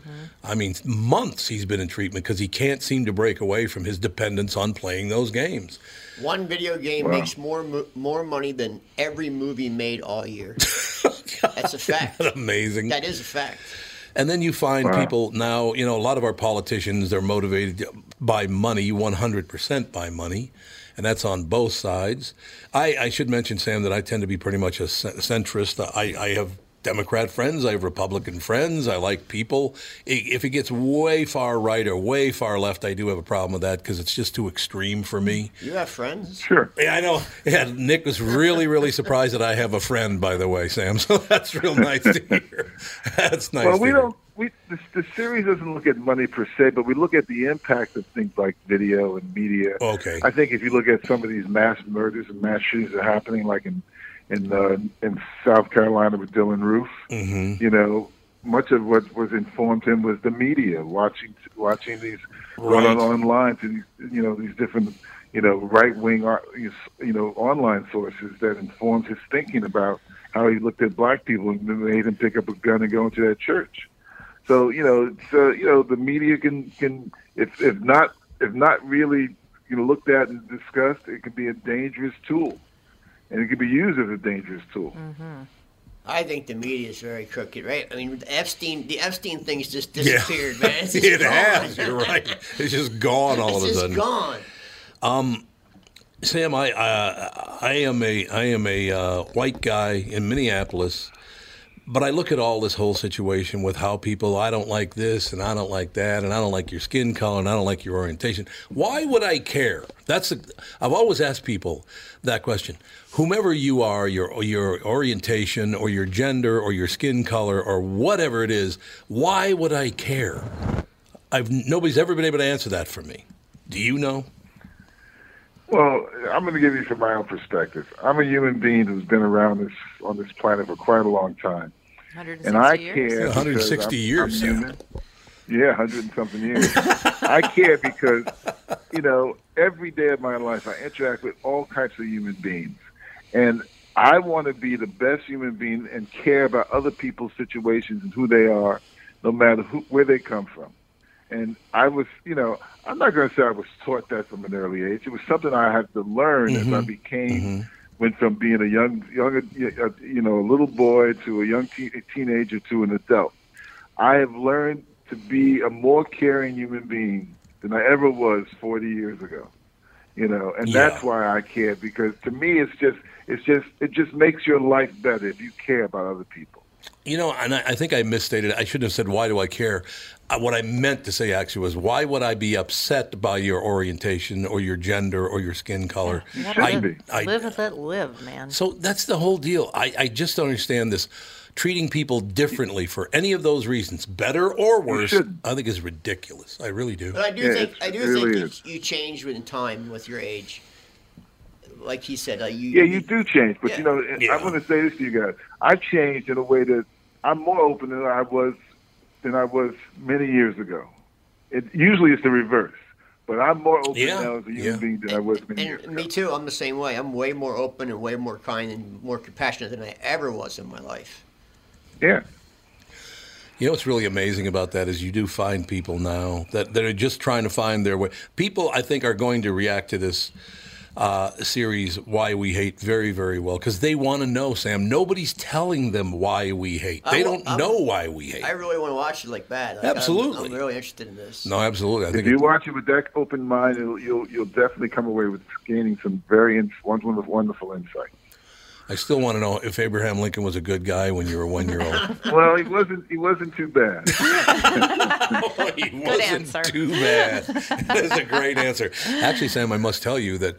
Speaker 1: I mean, months he's been in treatment because he can't seem to break away from his dependence on playing those games.
Speaker 6: One video game
Speaker 1: Wow.
Speaker 6: makes more mo- more money than every movie made all year. That's a fact.
Speaker 1: Amazing.
Speaker 6: That is a fact.
Speaker 1: And then you find
Speaker 6: Wow.
Speaker 1: people now, you know, a lot of our politicians, they're motivated by money, 100% by money. And that's on both sides. I, I should mention, Sam, that I tend to be pretty much a ce- centrist. I, I have Democrat friends, I have Republican friends, I like people. I- If it gets way far right or way far left, I do have a problem with that because it's just too extreme for me.
Speaker 6: You have friends?
Speaker 8: Sure.
Speaker 1: Yeah, I know. Yeah, Nick was really, really surprised that I have a friend, by the way, Sam. So that's real nice to hear. That's nice.
Speaker 8: well,
Speaker 1: to
Speaker 8: we
Speaker 1: hear.
Speaker 8: don't. We the, the series doesn't look at money per se, but we look at the impact of things like video and media.
Speaker 1: Okay.
Speaker 8: I think if you look at some of these mass murders and mass shootings that are happening, like in in uh, in South Carolina with Dylan Roof,
Speaker 1: Mm-hmm.
Speaker 8: you know, much of what was informed him was the media watching watching these
Speaker 1: Right.
Speaker 8: on online to these you know these different you know right wing you know online sources that informed his thinking about how he looked at black people and then made him pick up a gun and go into that church. So you know, so you know, the media can can if if not if not really you know looked at and discussed, it can be a dangerous tool, and it can be used as a dangerous tool.
Speaker 6: I think the media is very crooked, right? I mean, the Epstein, the Epstein thing's just
Speaker 1: Yeah.
Speaker 6: disappeared, man. It's just
Speaker 1: it
Speaker 6: gone.
Speaker 1: has. You're right. It's just gone all
Speaker 6: It's
Speaker 1: of a
Speaker 6: just
Speaker 1: sudden.
Speaker 6: gone.
Speaker 1: Um, Sam, I uh, I am a I am a uh, white guy in Minneapolis, but I look at all this whole situation with how people I don't like this and I don't like that and I don't like your skin color and I don't like your orientation. Why would I care? That's a, I've always asked people that question. Whomever you are, your your orientation or your gender or your skin color or whatever it is, why would I care? I've nobody's ever been able to answer that for me. Do you know?
Speaker 8: Well, I'm going to give you from my own perspective. I'm a human being who's been around this on this planet for quite a long time, and I care.
Speaker 1: 160
Speaker 8: because I'm-
Speaker 1: years,
Speaker 8: I'm
Speaker 1: Sam.
Speaker 8: human. Yeah, hundred and something years. I care because, you know, every day of my life I interact with all types of human beings, and I want to be the best human being and care about other people's situations and who they are, no matter who, where they come from. And I was, you know, I'm not going to say I was taught that from an early age. It was something I had to learn as I
Speaker 9: Mhm.
Speaker 8: became, went from being a young, young, uh, you know, a little boy to a young te- teenager to an adult. I have learned to be a more caring human being than I ever was 40 years ago. You know, and that's why I care because to me, it's just, it's just, it just makes your life better if you care about other people.
Speaker 1: You know, and I, I think I misstated. it. I shouldn't have said, why do I care? Uh, what I meant to say actually was, why would I be upset by your orientation or your gender or your skin color? I,
Speaker 5: live,
Speaker 1: I-
Speaker 5: live and let live, man.
Speaker 1: so that's the whole deal. I, I just don't understand this. Treating people differently for any of those reasons, better or worse, I think is ridiculous. I really do.
Speaker 6: But I do think I do think you, you change with time with your age. Like he said, like you
Speaker 8: Yeah, you do change, but
Speaker 6: Yeah.
Speaker 8: you know, I want to say this to you guys. I've changed in a way that I'm more open than I was than I was many years ago. It usually it's the reverse, but I'm more open
Speaker 6: Yeah,
Speaker 8: now as a human being than I was many years.
Speaker 6: And me too. I'm the same way. I'm way more open and way more kind and more compassionate than I ever was in my life.
Speaker 8: Yeah.
Speaker 1: You know what's really amazing about that is you do find people now that, that are just trying to find their way. People, I think, are going to react to this uh, series, Why We Hate, very, very well because they want to know, Sam. Nobody's telling them why we hate. They
Speaker 6: I wa-
Speaker 1: don't
Speaker 6: I'm-
Speaker 1: know why we hate.
Speaker 6: I really want to watch it like bad. Like,
Speaker 1: Absolutely.
Speaker 6: I'm, I'm really interested in this.
Speaker 1: No, absolutely. I
Speaker 8: If
Speaker 1: think
Speaker 8: you
Speaker 1: it's-
Speaker 8: watch it with that open mind, it'll, you'll you'll definitely come away with gaining some very ins- wonderful, wonderful insight.
Speaker 1: I still want to know if Abraham Lincoln was a good guy when you were one year old.
Speaker 8: Well, he wasn't he wasn't too bad.
Speaker 1: It wasn't Too bad. That's a great answer. Actually, Sam, I must tell you that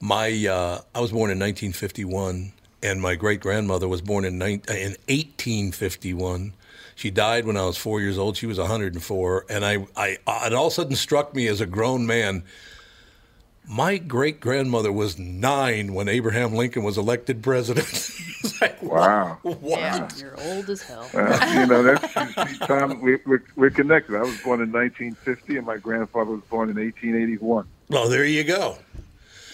Speaker 1: my uh, I was born in 1951, and my great grandmother was born in, nine uh, in 1851. She died when I was four years old. She was 104, and I, I uh, it all of a sudden struck me as a grown man. My great grandmother was nine when Abraham Lincoln was elected president.
Speaker 8: Wow.
Speaker 1: What?
Speaker 3: You're old as hell.
Speaker 8: Uh, you know, that's you see, Tom. We, we're, we're connected. I was born in 1950, and my grandfather was born in 1881.
Speaker 1: Well, there you go.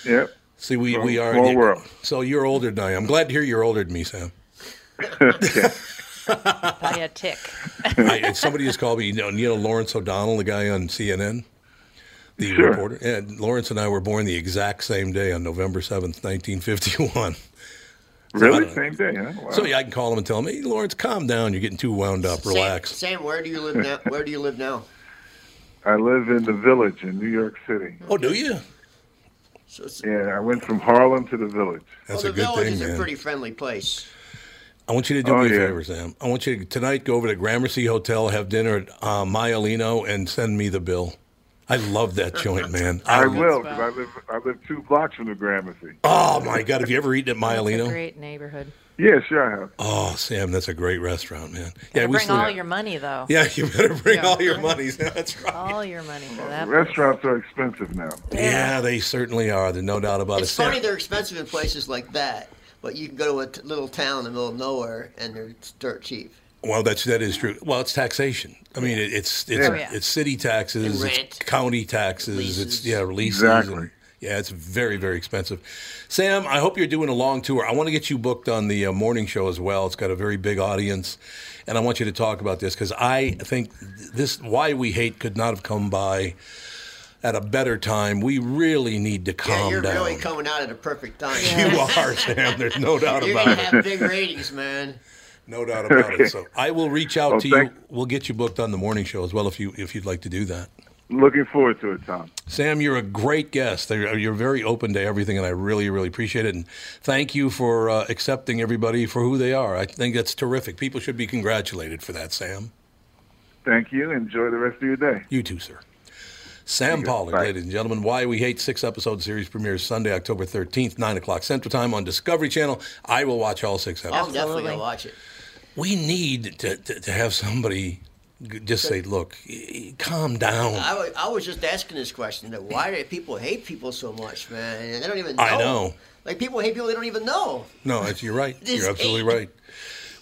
Speaker 8: Yep.
Speaker 1: See, we,
Speaker 8: Small-
Speaker 1: we are
Speaker 8: small world.
Speaker 1: So you're older than I am. I'm glad to hear you're older than me, Sam.
Speaker 5: By a tick.
Speaker 1: I, and somebody just called me. You know, you know Lawrence O'Donnell, the guy on CNN, the
Speaker 8: Sure.
Speaker 1: reporter. And Lawrence and I were born the exact same day on November seventh, nineteen fifty-one.
Speaker 8: Really? Same day, huh? Wow.
Speaker 1: So yeah, I can call him and tell him, "Hey, Lawrence, calm down. You're getting too wound up. Relax."
Speaker 6: Sam, Sam, where do you live now? Where do you live now?
Speaker 8: I live in the village in New York City.
Speaker 1: Oh, do you?
Speaker 8: Yeah, I went from Harlem to the village.
Speaker 6: well, the village is a pretty friendly place.
Speaker 1: I want you to do
Speaker 8: Oh,
Speaker 1: me a
Speaker 8: yeah.
Speaker 1: favor, Sam. I want you to tonight go over to Gramercy Hotel, have dinner at uh, Maialino, and send me the bill. I love that joint, man.
Speaker 8: I will, 'cause I live I live two blocks from the Gramercy.
Speaker 1: Oh my God! Have you ever eaten at
Speaker 5: It's a
Speaker 1: Maialino?
Speaker 5: great neighborhood.
Speaker 8: Yeah, sure I have.
Speaker 1: Oh, Sam, that's a great restaurant, man. Yeah,
Speaker 5: Better bring
Speaker 1: still-
Speaker 5: all your money though.
Speaker 1: Yeah, you better bring
Speaker 5: Yeah.
Speaker 1: all your money. That's right.
Speaker 5: All your money for that.
Speaker 8: Restaurants are expensive now.
Speaker 1: Yeah, they certainly are. There's no doubt about
Speaker 6: It's
Speaker 1: it.
Speaker 6: funny they're expensive in places like that, but you can go to a t- little town in the middle of nowhere and they're it's dirt cheap.
Speaker 1: Well, that's that is true. Well, it's taxation. I mean, it, it's it's
Speaker 6: Yeah. Oh, yeah.
Speaker 1: it's city taxes,
Speaker 6: And
Speaker 1: it's county taxes, it's yeah leases.
Speaker 8: Exactly.
Speaker 1: and- yeah, it's very very expensive. Sam, I hope you're doing a long tour. I want to get you booked on the uh, morning show as well. It's got a very big audience, and I want you to talk about this because I think this why we hate could not have come by at a better time. We really need to calm
Speaker 6: yeah, you're
Speaker 1: down.
Speaker 6: really coming out at a perfect time.
Speaker 1: You are, Sam. There's no doubt
Speaker 6: You're
Speaker 1: about
Speaker 6: gonna
Speaker 1: it.
Speaker 6: have big ratings, man.
Speaker 1: No doubt about
Speaker 8: Okay.
Speaker 1: it. So I will reach out
Speaker 8: Well,
Speaker 1: to
Speaker 8: thank-
Speaker 1: you. We'll get you booked on the morning show as well if you if you'd like to do that.
Speaker 8: Looking forward to it, Tom.
Speaker 1: Sam, you're a great guest. You're you're very open to everything, and I really, really appreciate it. And thank you for uh, accepting everybody for who they are. I think that's terrific. People should be congratulated for that, Sam.
Speaker 8: Thank you. Enjoy the rest of your day.
Speaker 1: You too, sir. Sam
Speaker 8: Thank you.
Speaker 1: Pollard,
Speaker 8: Bye.
Speaker 1: ladies and gentlemen, Why We Hate, six episode series premieres Sunday, October 13th, 9 o'clock Central Time on Discovery Channel. I will watch all six episodes.
Speaker 6: I'm Oh, definitely gonna watch it.
Speaker 1: We need to, to, to have somebody g- just say, look, y- y- calm down.
Speaker 6: I wa- I was just asking this question: that why do people hate people so much, man? And they don't even. Know.
Speaker 1: I know.
Speaker 6: Like people hate people they don't even know.
Speaker 1: No, it's, you're right.
Speaker 6: This
Speaker 1: You're absolutely
Speaker 6: eight.
Speaker 1: right.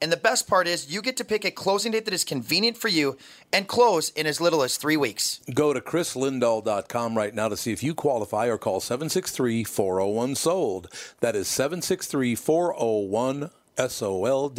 Speaker 9: And the best part is, you get to pick a closing date that is convenient for you and close in as little as three weeks.
Speaker 1: Go to chrislindahl.com right now to see if you qualify or call 763 401 SOLD. That is 763 401 SOLD.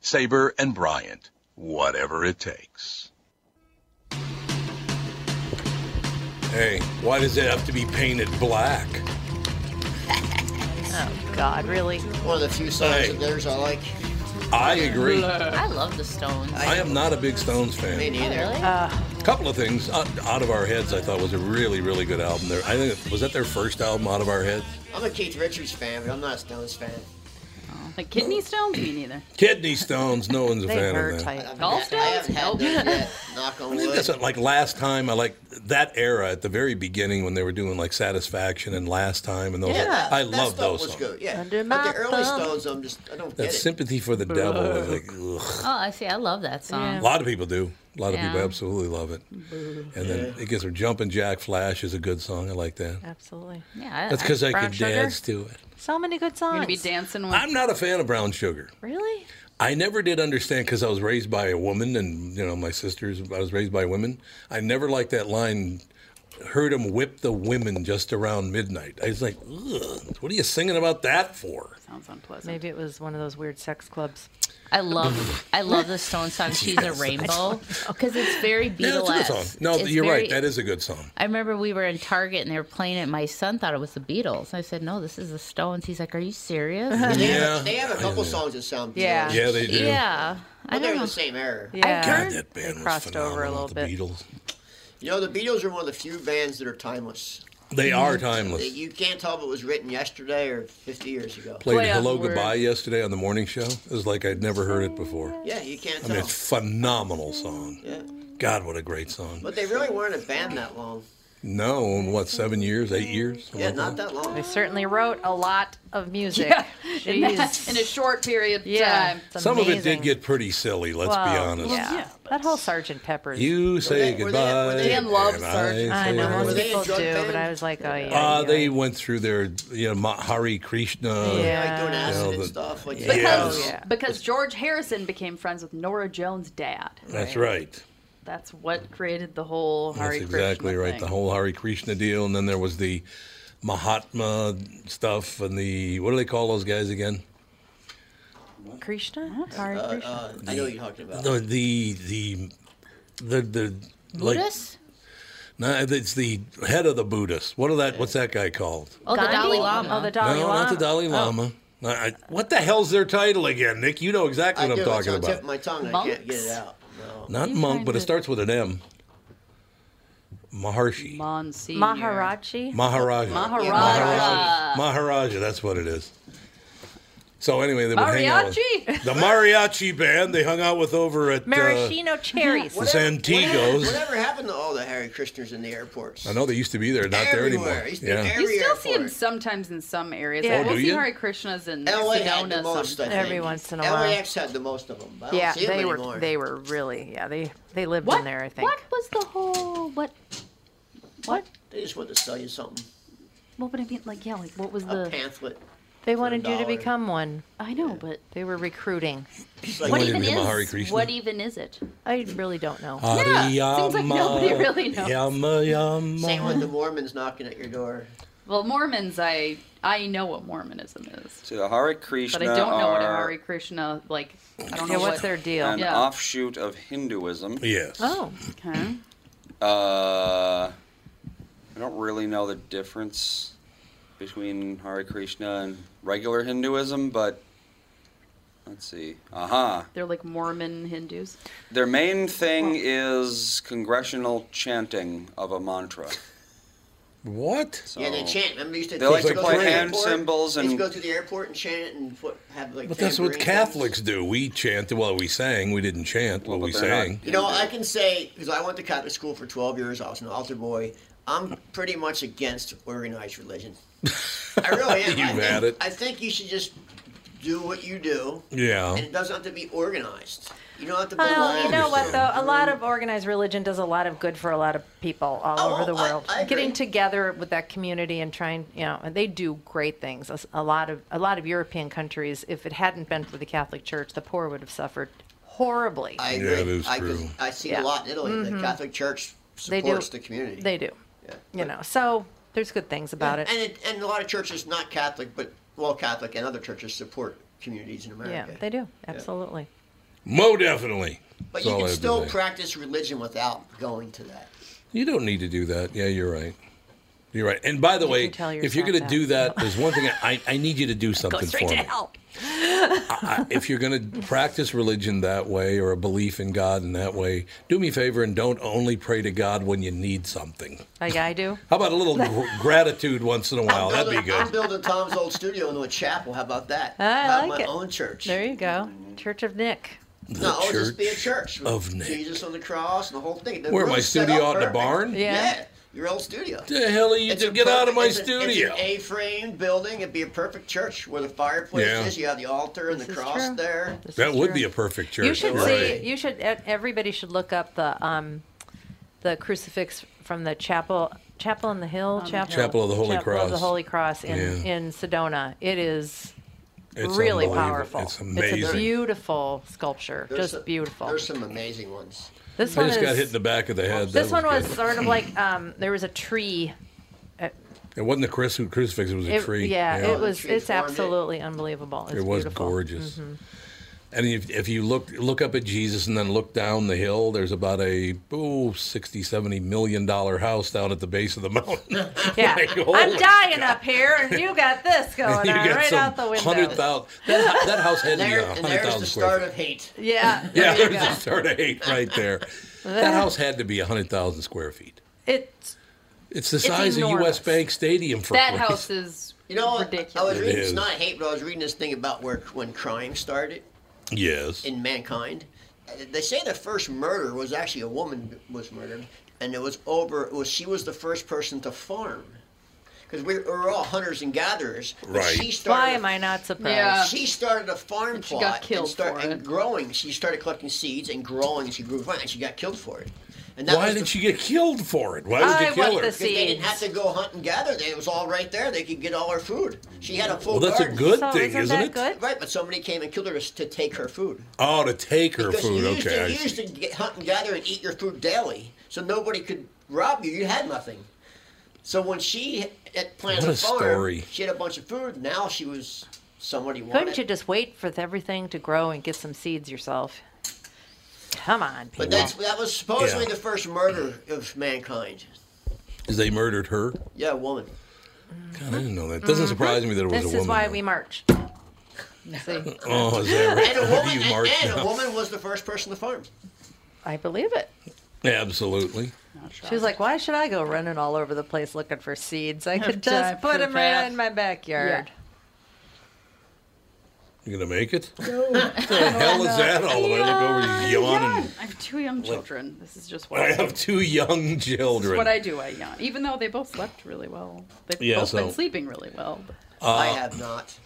Speaker 1: Sabre and Bryant, whatever it takes. Hey, why does it have to be painted black?
Speaker 5: Oh God, really?
Speaker 6: One of the few songs of theirs I like.
Speaker 1: I agree.
Speaker 10: I love the Stones.
Speaker 1: I am not a big Stones fan.
Speaker 6: Me neither.
Speaker 1: couple of things uh, out of our heads i thought was a really really good album there i think it- was that their first album out of our heads
Speaker 6: I'm a Keith Richards fan, but I'm not a Stones fan.
Speaker 3: Like kidney stones? Me neither.
Speaker 1: kidney stones no one's a fan of that
Speaker 3: Gallstones? Nope.
Speaker 6: Knock on
Speaker 1: I think
Speaker 6: wood.
Speaker 1: that's what, like last time. I like that era at the very beginning when they were doing like Satisfaction and Last Time and those. I
Speaker 6: that
Speaker 1: love
Speaker 6: stuff
Speaker 1: those
Speaker 6: was
Speaker 1: songs.
Speaker 6: good. Yeah,
Speaker 10: Under
Speaker 6: but
Speaker 10: my
Speaker 6: the early
Speaker 10: thumb.
Speaker 6: Stones, I'm just I don't
Speaker 1: That
Speaker 6: get it.
Speaker 1: Sympathy for the Devil was like ugh.
Speaker 10: Oh, I see. I love that
Speaker 1: a
Speaker 10: song.
Speaker 1: lot of people do. A lot of people
Speaker 10: Yeah.
Speaker 1: absolutely love it. And then it gets her Jumpin' Jack Flash is a good song. I like that.
Speaker 5: Absolutely.
Speaker 10: Yeah,
Speaker 1: That's because I
Speaker 5: Brown
Speaker 1: can
Speaker 5: Sugar?
Speaker 1: dance to it.
Speaker 5: So many good songs.
Speaker 3: You're gonna be dancing with.
Speaker 1: I'm not a fan of brown sugar.
Speaker 5: Really?
Speaker 1: I never did understand because I was raised by a woman, and you know my sisters. I was raised by women. I never liked that line. Heard him whip the women just around midnight. I was like, Ugh, what are you singing about that for?
Speaker 3: Sounds unpleasant.
Speaker 5: Maybe it was one of those weird sex clubs.
Speaker 10: I love I love the Stone song. She's a rainbow because it's very
Speaker 1: Yeah,
Speaker 10: Beatles.
Speaker 1: that's a good song. No,
Speaker 10: It's
Speaker 1: you're
Speaker 10: very-
Speaker 1: right. That is a good song.
Speaker 10: I remember we were in Target and they were playing it. My son thought it was the Beatles. I said, "No, this is the Stones." He's like, "Are you serious?"
Speaker 6: They
Speaker 1: Yeah.
Speaker 6: have, they have a couple songs that sound
Speaker 5: Yeah.
Speaker 6: Beatles.
Speaker 1: Yeah, they do.
Speaker 10: yeah, I
Speaker 6: But they're
Speaker 10: don't
Speaker 6: in
Speaker 10: know.
Speaker 6: the same era.
Speaker 5: Yeah.
Speaker 1: God, that
Speaker 5: They
Speaker 1: band was
Speaker 5: crossed
Speaker 1: phenomenal.
Speaker 5: over a little
Speaker 1: the
Speaker 5: bit.
Speaker 1: Beatles.
Speaker 6: You know, the Beatles are one of the few bands that are timeless.
Speaker 1: They are
Speaker 6: That
Speaker 1: timeless.
Speaker 6: You can't tell if it was written yesterday or 50 years ago.
Speaker 1: Played
Speaker 10: Play on
Speaker 1: "Hello
Speaker 10: Words.
Speaker 1: Goodbye" yesterday on the morning show. It was like I'd never heard it before.
Speaker 6: Yeah, you can't
Speaker 1: I mean,
Speaker 6: tell.
Speaker 1: it's a phenomenal song.
Speaker 6: Yeah.
Speaker 1: God, what a great song.
Speaker 6: But they really weren't a band that long.
Speaker 1: No, in what seven years, eight years? Something
Speaker 6: Yeah,
Speaker 1: like
Speaker 6: not that
Speaker 5: They
Speaker 6: long.
Speaker 5: certainly wrote a lot of music.
Speaker 3: Yeah. In,
Speaker 5: Jeez.
Speaker 3: in a short period of
Speaker 5: yeah.
Speaker 3: time.
Speaker 5: it's
Speaker 1: Some of it did
Speaker 5: amazing.
Speaker 1: get pretty silly, let's be
Speaker 5: Well,
Speaker 1: honest.
Speaker 5: Yeah.
Speaker 3: Yeah,
Speaker 5: That whole Sergeant Pepper's.
Speaker 1: You say
Speaker 6: they- were they-
Speaker 1: goodbye.
Speaker 6: were they in
Speaker 3: love,
Speaker 1: and
Speaker 3: Sergeant?
Speaker 5: I
Speaker 1: say
Speaker 5: know
Speaker 1: hello.
Speaker 5: most
Speaker 6: they a
Speaker 5: people do,
Speaker 6: drug band?
Speaker 5: but I was like, oh yeah.
Speaker 1: Uh,
Speaker 5: yeah.
Speaker 1: they went through their, you know, Ma- Hare Krishna.
Speaker 5: Yeah. Oh,
Speaker 6: Like doing acid
Speaker 1: Yeah,
Speaker 6: and
Speaker 1: but-
Speaker 6: stuff. Like
Speaker 1: Yeah.
Speaker 3: Because,
Speaker 1: Yes.
Speaker 5: Yeah.
Speaker 3: because George Harrison became friends with Nora Jones' dad.
Speaker 1: That's right.
Speaker 3: That's what created the whole
Speaker 1: That's
Speaker 3: Hare
Speaker 1: exactly
Speaker 3: Krishna
Speaker 1: right.
Speaker 3: thing.
Speaker 1: The whole Hare Krishna deal, and then there was the Mahatma stuff, and the what do they call those guys again?
Speaker 5: Krishna? Hare Krishna?
Speaker 6: Uh, I know what you're talking about.
Speaker 1: The the the the, the like
Speaker 10: Buddhist?
Speaker 1: no, it's the head of the Buddhists. What are that? What's that guy called?
Speaker 10: Oh, the
Speaker 5: Gandhi?
Speaker 10: Dalai Lama.
Speaker 5: Oh, the Dalai
Speaker 1: no,
Speaker 5: Lama.
Speaker 1: not the Dalai Lama. I, I- what the hell's their title again, Nick? You know exactly
Speaker 6: I
Speaker 1: what
Speaker 6: do,
Speaker 1: I'm
Speaker 6: it's
Speaker 1: talking
Speaker 6: on the
Speaker 1: about.
Speaker 6: tip of my tongue. I can't get it out. No.
Speaker 1: Not monk, but it starts with an M. Maharshi.
Speaker 3: Monsignor.
Speaker 5: uh, Maharaji?
Speaker 1: Maharaja.
Speaker 3: Maharaja.
Speaker 1: Maharaja. Maharaja, that's what it is. So anyway, they would hang out. with-
Speaker 3: Mariachi.
Speaker 1: The mariachi band they hung out with over at uh,
Speaker 5: Maraschino cherries.
Speaker 1: Santigos.
Speaker 6: Whatever happened to all the Harry Christianers in the airports?
Speaker 1: I know they used to be there, not
Speaker 6: Everywhere.
Speaker 1: there anymore.
Speaker 6: He's
Speaker 1: Yeah.
Speaker 6: been
Speaker 3: You still
Speaker 6: airport.
Speaker 3: see him sometimes in some areas.
Speaker 5: Yeah.
Speaker 3: Like,
Speaker 5: Oh,
Speaker 3: we'll
Speaker 1: do
Speaker 3: see
Speaker 1: you?
Speaker 3: Hare Krishnas in
Speaker 6: LA had the
Speaker 3: Sedona.
Speaker 6: most, I
Speaker 3: some-
Speaker 6: think.
Speaker 5: Every once in a
Speaker 6: LAX had the most of them. But I don't
Speaker 5: yeah,
Speaker 6: see 'em
Speaker 5: they were
Speaker 6: anymore.
Speaker 5: they were really yeah, they they lived
Speaker 10: What?
Speaker 5: in there, I think.
Speaker 10: What was the whole what?
Speaker 6: What? They just wanted to sell you something.
Speaker 3: What would I mean? Like, yeah, like what was
Speaker 6: A
Speaker 3: the
Speaker 6: pamphlet?
Speaker 5: They
Speaker 3: For a
Speaker 5: wanted you to
Speaker 3: dollar.
Speaker 5: become one.
Speaker 3: I know, but
Speaker 5: they were recruiting.
Speaker 1: like- What even is- Hare Krishna?
Speaker 3: What even is it?
Speaker 5: I really don't know.
Speaker 1: Hari
Speaker 3: Yeah, seems like
Speaker 1: Yama,
Speaker 3: nobody really knows.
Speaker 1: Yama, Yama.
Speaker 6: Same with the Mormons knocking at your door.
Speaker 3: Well, Mormons, I I know what Mormonism is,
Speaker 4: So the Hare Krishna
Speaker 3: but I don't know what a
Speaker 4: are
Speaker 3: Hare Krishna like. I don't
Speaker 5: Yeah,
Speaker 3: know
Speaker 5: what's
Speaker 3: what,
Speaker 5: their deal?
Speaker 4: an
Speaker 3: Yeah.
Speaker 4: offshoot of Hinduism.
Speaker 1: Yes.
Speaker 5: Oh,
Speaker 3: okay.
Speaker 4: Uh, I don't really know the difference between Hare Krishna and regular Hinduism, but let's see. Aha.
Speaker 3: They're like Mormon Hindus.
Speaker 4: Their main thing is congressional chanting of a mantra.
Speaker 1: What?
Speaker 6: yeah, they chant. Remember, they used to
Speaker 4: They like
Speaker 6: used
Speaker 4: to
Speaker 6: go
Speaker 4: play
Speaker 6: the
Speaker 4: hand
Speaker 6: airport,
Speaker 4: cymbals
Speaker 6: they used
Speaker 4: and-
Speaker 6: to go to the airport and chant it and put, have like.
Speaker 1: But that's what
Speaker 6: tambourines.
Speaker 1: Catholics do. We chanted, well, we sang. We didn't chant, but we
Speaker 4: but they're not-
Speaker 1: sang.
Speaker 6: You know, I can say because I went to Catholic school for 12 years. I was an altar boy. I'm pretty much against organized religion. I really am. I
Speaker 1: You've
Speaker 6: think,
Speaker 1: had it.
Speaker 6: I think you should just do what you do.
Speaker 1: Yeah.
Speaker 6: And it doesn't have to be organized. You don't have to.
Speaker 5: Well,
Speaker 6: belong
Speaker 5: you know
Speaker 6: to
Speaker 5: what though? A
Speaker 6: group.
Speaker 5: lot of organized religion does a lot of good for a lot of people all
Speaker 6: Oh,
Speaker 5: over the
Speaker 6: I-
Speaker 5: world.
Speaker 6: I agree.
Speaker 5: Getting together with that community and trying, you know, and they do great things. A s- A lot of a lot of European countries, if it hadn't been for the Catholic Church, the poor would have suffered horribly.
Speaker 6: I
Speaker 1: Yeah,
Speaker 6: agree.
Speaker 1: that is
Speaker 6: I, 'cause
Speaker 1: true.
Speaker 6: I see
Speaker 5: Yeah.
Speaker 6: a lot in Italy.
Speaker 5: Mhm.
Speaker 6: The Catholic Church
Speaker 5: They do.
Speaker 6: supports the community.
Speaker 5: They do. You know, so there's good things about it.
Speaker 6: And it, and a lot of churches, not Catholic, but well, Catholic and other churches support communities in America.
Speaker 5: Yeah, they do. Absolutely.
Speaker 1: Mo definitely.
Speaker 6: But
Speaker 1: That's
Speaker 6: you
Speaker 1: all I
Speaker 6: can
Speaker 1: have to
Speaker 6: still
Speaker 1: say.
Speaker 6: practice religion without going to that.
Speaker 1: You don't need to do that. Yeah, you're right. You're right. And by the
Speaker 6: You
Speaker 1: way,
Speaker 6: can tell
Speaker 1: if you're
Speaker 6: yourself
Speaker 1: going to do that, there's one thing I, I need you to do something for me.
Speaker 5: hell.
Speaker 1: I, if you're going to practice religion that way or a belief in God in that way, do me a favor and don't only pray to God when you need something.
Speaker 5: Like I do.
Speaker 1: How about a little gr- gratitude once in a while? Oh, That'd be
Speaker 6: I'm
Speaker 1: good.
Speaker 6: building Tom's old studio into a chapel. How about that?
Speaker 5: Ah, I
Speaker 6: I'll have
Speaker 5: like
Speaker 6: my
Speaker 5: it.
Speaker 6: own church. Mm-hmm.
Speaker 5: There you go. Church of Nick.
Speaker 6: no, it'll just be a church. with
Speaker 1: of Nick.
Speaker 6: Jesus on the cross and the whole thing. The
Speaker 1: Where, my
Speaker 6: room's set
Speaker 1: studio
Speaker 6: up
Speaker 1: out in a
Speaker 6: perfect.
Speaker 1: barn?
Speaker 6: Yeah.
Speaker 1: Yeah.
Speaker 6: Your old studio.
Speaker 1: The hell are you
Speaker 6: It's
Speaker 1: do-
Speaker 6: a
Speaker 1: get out of my
Speaker 6: it's an-
Speaker 1: studio.
Speaker 6: it's an A-frame building. It'd be a perfect church where the fireplace
Speaker 1: Yeah.
Speaker 6: is. You have the altar and the cross there.
Speaker 1: That would be a perfect church.
Speaker 5: You should
Speaker 1: You're
Speaker 5: see.
Speaker 1: right.
Speaker 5: You should. e- Everybody should look up the um, the crucifix from the chapel, chapel in the hill, chapel,
Speaker 1: Chapel of the Holy
Speaker 5: Chapel of the
Speaker 1: Cross.
Speaker 5: Holy Cross in
Speaker 1: Yeah.
Speaker 5: in Sedona. It is
Speaker 1: It's
Speaker 5: really
Speaker 1: unbelievable.
Speaker 5: powerful.
Speaker 1: It's amazing.
Speaker 5: a beautiful sculpture.
Speaker 6: There's
Speaker 5: just
Speaker 6: some-
Speaker 5: beautiful.
Speaker 6: There's some amazing ones.
Speaker 5: This
Speaker 1: I
Speaker 5: one
Speaker 1: just
Speaker 5: is-
Speaker 1: got hit in the back of the head.
Speaker 5: this
Speaker 1: That
Speaker 5: one was
Speaker 1: good.
Speaker 5: sort of like um, there was a tree.
Speaker 1: It wasn't the cruci- crucifix. It was a
Speaker 5: It-
Speaker 1: tree.
Speaker 5: Yeah, it was.
Speaker 6: tree
Speaker 5: It's
Speaker 6: formed it.
Speaker 5: absolutely unbelievable. It's
Speaker 1: It was
Speaker 5: beautiful.
Speaker 1: gorgeous.
Speaker 5: Mhm.
Speaker 1: And if, if you look look up at Jesus and then look down the hill, there's about a oh, 60, 70 million dollar house down at the base of the mountain.
Speaker 5: Yeah,
Speaker 1: Like,
Speaker 5: I'm
Speaker 1: holy
Speaker 5: dying up here, and you got this
Speaker 1: And
Speaker 5: going
Speaker 1: Oh you
Speaker 5: on
Speaker 1: got
Speaker 5: right
Speaker 1: some
Speaker 5: out the window.
Speaker 1: Hundred thousand. That, that house had
Speaker 6: And,
Speaker 1: to be
Speaker 6: there,
Speaker 1: a
Speaker 6: and
Speaker 1: hundred
Speaker 6: there's
Speaker 1: thousand
Speaker 6: the
Speaker 1: square
Speaker 6: start
Speaker 1: feet.
Speaker 6: of hate.
Speaker 5: Yeah.
Speaker 1: Yeah,
Speaker 5: there you
Speaker 1: there's
Speaker 5: go.
Speaker 1: the start of hate right there. That house had to be a hundred thousand square feet.
Speaker 5: It's
Speaker 1: It's the
Speaker 6: It's
Speaker 1: size of
Speaker 6: enormous.
Speaker 1: U.S. Bank Stadium for
Speaker 3: That
Speaker 1: Christ's
Speaker 3: house is
Speaker 6: You know, what? I was
Speaker 1: It
Speaker 6: reading. It's
Speaker 1: is.
Speaker 6: not hate, but I was reading this thing about where when crime started
Speaker 1: Yes.
Speaker 6: in mankind. Uh, They say the first murder was actually a woman was murdered, and it was over. It was she was the first person to farm. Because we were all hunters and gatherers, but
Speaker 5: Right.
Speaker 6: she started.
Speaker 5: Why am I not surprised?
Speaker 3: Yeah.
Speaker 6: She started a farm
Speaker 3: And she
Speaker 6: plot
Speaker 3: got killed
Speaker 6: and, start,
Speaker 3: for
Speaker 6: and
Speaker 3: it.
Speaker 6: growing. She started collecting seeds and growing. She grew vine. and She got killed for it. And
Speaker 1: Why
Speaker 6: was
Speaker 1: did
Speaker 6: the-
Speaker 1: she get killed for it? Why did you kill her?
Speaker 6: Because They didn't have to go hunt and gather. They- It was all right there. They could get all her food. She had a full.
Speaker 1: Well, that's a
Speaker 6: garden.
Speaker 1: good So thing, isn't isn't that it?
Speaker 6: Good? Right, but somebody came and killed her to, to take her food.
Speaker 1: Oh, to take her
Speaker 6: Because
Speaker 1: food.
Speaker 6: you used
Speaker 1: Okay. I
Speaker 6: to, you
Speaker 1: see.
Speaker 6: used to get, hunt and gather and eat your food daily, so nobody could rob you. You had nothing. So when she had planted
Speaker 1: What
Speaker 6: a,
Speaker 1: a
Speaker 6: farm,
Speaker 1: story.
Speaker 6: she had a bunch of food. Now she was somebody wanted.
Speaker 5: Couldn't you just wait for everything to grow and get some seeds yourself? Come on, people.
Speaker 6: But that's that was supposedly
Speaker 1: Yeah.
Speaker 6: the first murder of mankind.
Speaker 1: They murdered her.
Speaker 6: Yeah, a woman.
Speaker 1: God, I didn't know that. Doesn't surprise me that it was
Speaker 5: Mm-hmm. this
Speaker 1: a woman.
Speaker 5: is why
Speaker 1: though.
Speaker 5: we march. See,
Speaker 1: Oh, is that right?
Speaker 6: And a woman,
Speaker 1: you
Speaker 6: and-
Speaker 1: marked
Speaker 6: and,
Speaker 1: now.
Speaker 6: a woman was the first person to farm.
Speaker 5: I believe it.
Speaker 1: Absolutely.
Speaker 5: She was like, "Why should I go running all over the place looking for seeds? I could
Speaker 3: After I
Speaker 5: just put them
Speaker 3: prepare.
Speaker 5: right in my backyard."
Speaker 1: You gonna make it?
Speaker 3: No.
Speaker 1: What the hell is that all about? I look over, he's yawning.
Speaker 3: I have two young
Speaker 1: What?
Speaker 3: children. This is just what
Speaker 1: I have two young
Speaker 3: This is what
Speaker 1: children.
Speaker 3: I do. I yawn, even though they both slept really well. They've
Speaker 1: Yeah,
Speaker 3: both been
Speaker 1: so-
Speaker 3: sleeping really well. but-
Speaker 1: I have
Speaker 6: not.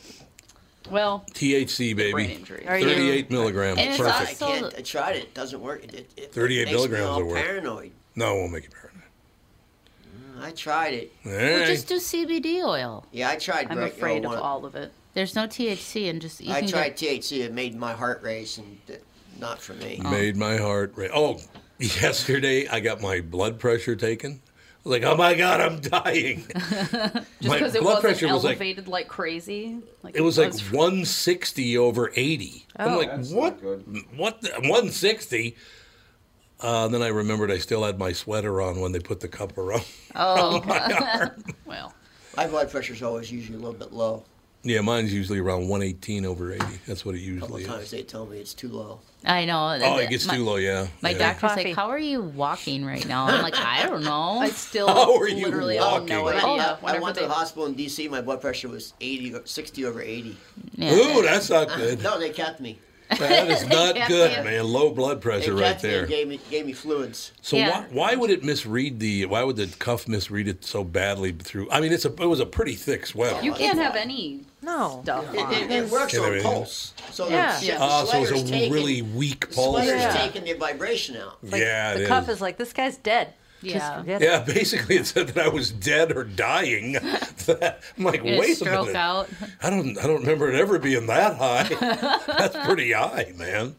Speaker 3: Well,
Speaker 1: THC, baby.
Speaker 3: brain injury. Are you-
Speaker 1: Thirty-eight milligrams.
Speaker 3: And it's
Speaker 1: Perfect.
Speaker 3: also-
Speaker 6: I, can't, I tried it. It doesn't work. It, it, it
Speaker 1: Thirty-eight
Speaker 6: makes me
Speaker 1: milligrams
Speaker 6: all
Speaker 1: will work.
Speaker 6: Paranoid.
Speaker 1: No, it won't make you paranoid.
Speaker 6: I I tried it.
Speaker 10: Well, just do CBD oil.
Speaker 6: Yeah, I tried.
Speaker 10: I'm
Speaker 6: reg-
Speaker 10: afraid
Speaker 6: uh,
Speaker 10: of
Speaker 6: one-
Speaker 10: all of it. There's no THC and just you
Speaker 6: I
Speaker 10: can
Speaker 6: tried
Speaker 10: get
Speaker 6: THC. It made my heart race, and th- not for me.
Speaker 1: Made my heart rate. Oh, yesterday I got my blood pressure taken. I was like, oh my God, I'm dying.
Speaker 3: Just
Speaker 1: my
Speaker 3: because it
Speaker 1: blood
Speaker 3: wasn't
Speaker 1: pressure was like,
Speaker 3: elevated like, crazy. Like
Speaker 1: it was like 160 over 80. I'm
Speaker 3: Oh.
Speaker 1: like,
Speaker 3: That's
Speaker 1: what? What? The, 160? Uh, then I remembered I still had my sweater on when they put the cup around.
Speaker 6: Oh,
Speaker 3: well.
Speaker 6: My blood pressure's always usually a little bit low.
Speaker 1: Yeah, mine's usually around 118 over 80. That's what it
Speaker 6: A couple
Speaker 1: usually
Speaker 6: times
Speaker 1: is.
Speaker 6: they tell me it's too low.
Speaker 10: I know.
Speaker 1: Oh, it gets
Speaker 10: my,
Speaker 1: too low, yeah.
Speaker 10: My
Speaker 1: yeah.
Speaker 10: doctor's like, "How are you walking right now?" I'm like, "I don't know." I
Speaker 3: still
Speaker 1: How are you literally
Speaker 6: Oh, no, I,
Speaker 10: idea.
Speaker 6: I went to the hospital in D.C. My blood pressure was 80, o- 60 over 80.
Speaker 10: Yeah.
Speaker 1: Ooh, that's not good.
Speaker 6: no, they capped me.
Speaker 1: That is not
Speaker 6: Yeah,
Speaker 1: good,
Speaker 6: yeah.
Speaker 1: man. Low blood
Speaker 6: They
Speaker 1: pressure right
Speaker 6: capped me and
Speaker 1: there.
Speaker 6: gave me, gave me fluids.
Speaker 1: So why, why would it misread the? Why would the cuff misread it so badly through? I mean, it's a it was a pretty thick sweater.
Speaker 3: You can't have any
Speaker 5: no.
Speaker 3: stuff
Speaker 6: It,
Speaker 3: on.
Speaker 6: it, it works
Speaker 1: And
Speaker 6: on
Speaker 1: everything.
Speaker 6: pulse. So
Speaker 5: Yeah.
Speaker 6: the, yeah.
Speaker 1: Ah,
Speaker 6: the
Speaker 1: so
Speaker 6: sweater's
Speaker 1: it's a
Speaker 6: taking,
Speaker 1: really weak pulse.
Speaker 6: sweater's
Speaker 1: Yeah,
Speaker 6: taking the vibration out.
Speaker 1: yeah,
Speaker 5: the
Speaker 1: it
Speaker 5: cuff
Speaker 1: is.
Speaker 5: is like this guy's dead. Just
Speaker 10: Yeah.
Speaker 5: forget it.
Speaker 1: Yeah, basically it said that I was dead or dying. I'm like,
Speaker 10: You're gonna
Speaker 1: wait a
Speaker 10: stroke
Speaker 1: minute.
Speaker 10: out.
Speaker 1: I don't I don't remember it ever being that high. That's pretty high, man.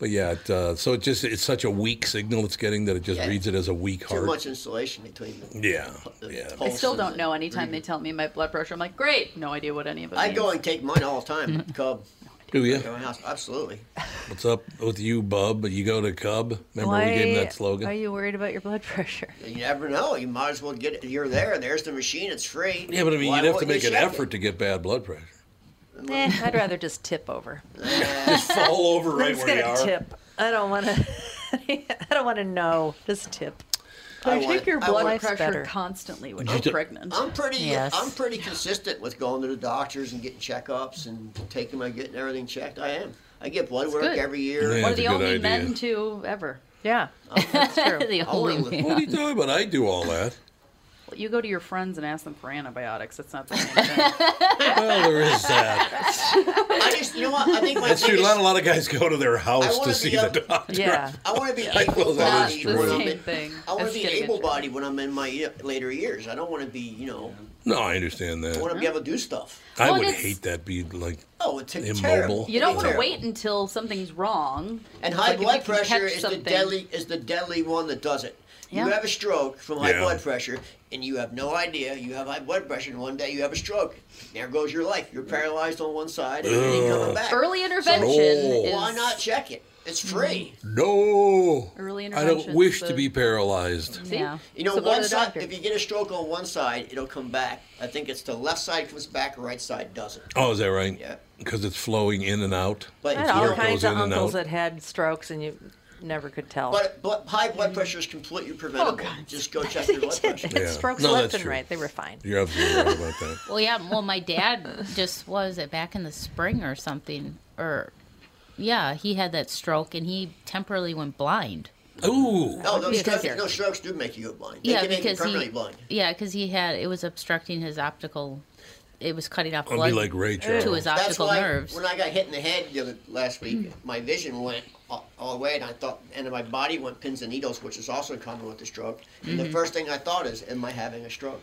Speaker 1: But yeah, it, uh, so it just it's such a weak signal it's getting that it just
Speaker 6: Yeah.
Speaker 1: reads it as a weak
Speaker 6: Too
Speaker 1: heart.
Speaker 6: much insulation between them.
Speaker 1: Yeah,
Speaker 6: The
Speaker 1: yeah.
Speaker 3: I
Speaker 6: pulse
Speaker 3: still
Speaker 6: and
Speaker 3: don't
Speaker 6: the
Speaker 3: know. Anytime
Speaker 6: reading.
Speaker 3: they tell me my blood pressure, I'm like, great, no idea what any of it
Speaker 6: I
Speaker 3: means.
Speaker 6: go and take mine all the time. Cub.
Speaker 1: Do you?
Speaker 6: At my house, absolutely.
Speaker 1: What's up with you, bub? You go to Cub. Remember
Speaker 5: Why
Speaker 1: we gave him that slogan.
Speaker 5: Are you worried about your blood pressure?
Speaker 6: You never know. You might as well get it. You're there. There's the machine. It's free.
Speaker 1: yeah, but I mean,
Speaker 6: Why
Speaker 1: you'd have to
Speaker 6: wouldn't
Speaker 1: make
Speaker 6: you
Speaker 1: an
Speaker 6: check it?
Speaker 1: effort to get bad blood pressure.
Speaker 5: Eh, I'd rather just tip over.
Speaker 1: Just fall over
Speaker 5: I'm
Speaker 1: right
Speaker 5: just
Speaker 1: where you
Speaker 5: gonna
Speaker 1: are.
Speaker 5: tip. I don't want to. I don't want to know. Just tip.
Speaker 6: I I take want- your I blood want-
Speaker 5: pressure better.
Speaker 3: constantly when
Speaker 1: You
Speaker 3: you're
Speaker 1: do-
Speaker 3: pregnant.
Speaker 6: I'm pretty.
Speaker 5: Yes.
Speaker 6: I'm pretty consistent with going to the doctors and getting checkups and taking my getting everything checked. I am. I get blood
Speaker 3: It's
Speaker 6: work
Speaker 3: good.
Speaker 6: every year.
Speaker 1: Yeah,
Speaker 3: One
Speaker 1: it's
Speaker 3: of the
Speaker 1: a good
Speaker 3: only
Speaker 1: idea.
Speaker 3: men to ever. Oh,
Speaker 5: Yeah, that's true.
Speaker 10: the
Speaker 6: I'll
Speaker 10: only
Speaker 6: live with-
Speaker 1: What are you talking about? I do all that.
Speaker 3: You go to your friends and ask them for antibiotics. That's not the same thing.
Speaker 1: Well, Oh, there is that.
Speaker 6: I just, you know what? I think my
Speaker 1: That's true.
Speaker 6: biggest-
Speaker 1: Not a lot of guys go to their
Speaker 6: I
Speaker 1: house
Speaker 6: wanna
Speaker 1: to
Speaker 6: be
Speaker 1: see
Speaker 6: a-
Speaker 1: the doctor.
Speaker 5: Yeah.
Speaker 6: I want to be
Speaker 1: I will, that is
Speaker 6: able-bodied when
Speaker 1: true.
Speaker 6: I'm
Speaker 3: Same
Speaker 6: in-
Speaker 3: thing
Speaker 6: I want
Speaker 3: as
Speaker 6: to be
Speaker 3: getting a
Speaker 6: able-bodied when I'm in my ye- later years. I don't want to be, you know,
Speaker 1: No, I understand
Speaker 6: I want
Speaker 1: that.
Speaker 6: to be able to do stuff.
Speaker 1: I
Speaker 3: Well,
Speaker 1: would
Speaker 3: it's-
Speaker 1: hate that. Be like,
Speaker 6: Oh, it's
Speaker 1: Immobile.
Speaker 6: terrible.
Speaker 3: You don't want to
Speaker 6: Terrible.
Speaker 3: wait until something's wrong.
Speaker 6: And
Speaker 3: It's
Speaker 6: high
Speaker 3: like if you
Speaker 6: blood
Speaker 3: can
Speaker 6: pressure
Speaker 3: catch
Speaker 6: is
Speaker 3: something-
Speaker 6: the deadly is the deadly one that does it.
Speaker 3: Yeah.
Speaker 6: You have a stroke from high
Speaker 1: Yeah.
Speaker 6: blood pressure, and you have no idea you have high blood pressure. And one day you have a stroke. There goes your life. You're paralyzed on one side, and it ain't coming back.
Speaker 3: Early intervention
Speaker 1: No.
Speaker 3: is. Mm-hmm.
Speaker 6: Why not check it? It's free.
Speaker 1: no,
Speaker 3: Early
Speaker 1: I don't
Speaker 3: intervention's
Speaker 1: wish to
Speaker 3: the-
Speaker 1: be paralyzed.
Speaker 3: See?
Speaker 10: Yeah.
Speaker 6: You know,
Speaker 3: So go to
Speaker 6: one
Speaker 3: the
Speaker 6: side.
Speaker 3: doctor.
Speaker 6: If you get a stroke on one side, it'll come back. I think it's the left side comes back, right side doesn't.
Speaker 1: Oh, is that right?
Speaker 6: Yeah.
Speaker 1: Because it's flowing in and out.
Speaker 6: But
Speaker 5: I
Speaker 6: you
Speaker 5: had all
Speaker 1: Blood
Speaker 6: know,
Speaker 1: goes
Speaker 5: kinds of
Speaker 1: in and
Speaker 5: uncles
Speaker 1: out.
Speaker 5: that had strokes and you never could
Speaker 3: Oh.
Speaker 5: tell.
Speaker 6: but, but high blood pressure is completely preventable. Just go check your blood pressure.
Speaker 5: They had strokes
Speaker 1: No,
Speaker 5: left
Speaker 1: that's
Speaker 5: and
Speaker 1: true.
Speaker 5: right. They were fine.
Speaker 1: You're absolutely right about that.
Speaker 10: Well, yeah. Well, my dad just what was it back in the spring or something, or yeah, he had that stroke and he temporarily went blind.
Speaker 1: Ooh,
Speaker 6: Oh, No, those
Speaker 10: be a
Speaker 6: strokes,
Speaker 10: hazard.
Speaker 6: no, strokes do make you go blind. They
Speaker 10: yeah,
Speaker 6: can make you
Speaker 10: because
Speaker 6: permanently
Speaker 10: he
Speaker 6: blind.
Speaker 10: yeah, because he had it was obstructing his optical. It was cutting off
Speaker 1: I'll
Speaker 10: blood
Speaker 1: be like Rachel.
Speaker 10: to his
Speaker 6: That's
Speaker 10: optical
Speaker 6: why
Speaker 10: nerves. Hmm.
Speaker 6: when I got hit in the head the other, last week, my vision went all, all the way, and I thought, and then my body went pins and needles, which is also common with the stroke. And
Speaker 10: Mm-hmm.
Speaker 6: the first thing I thought is, am I having a stroke?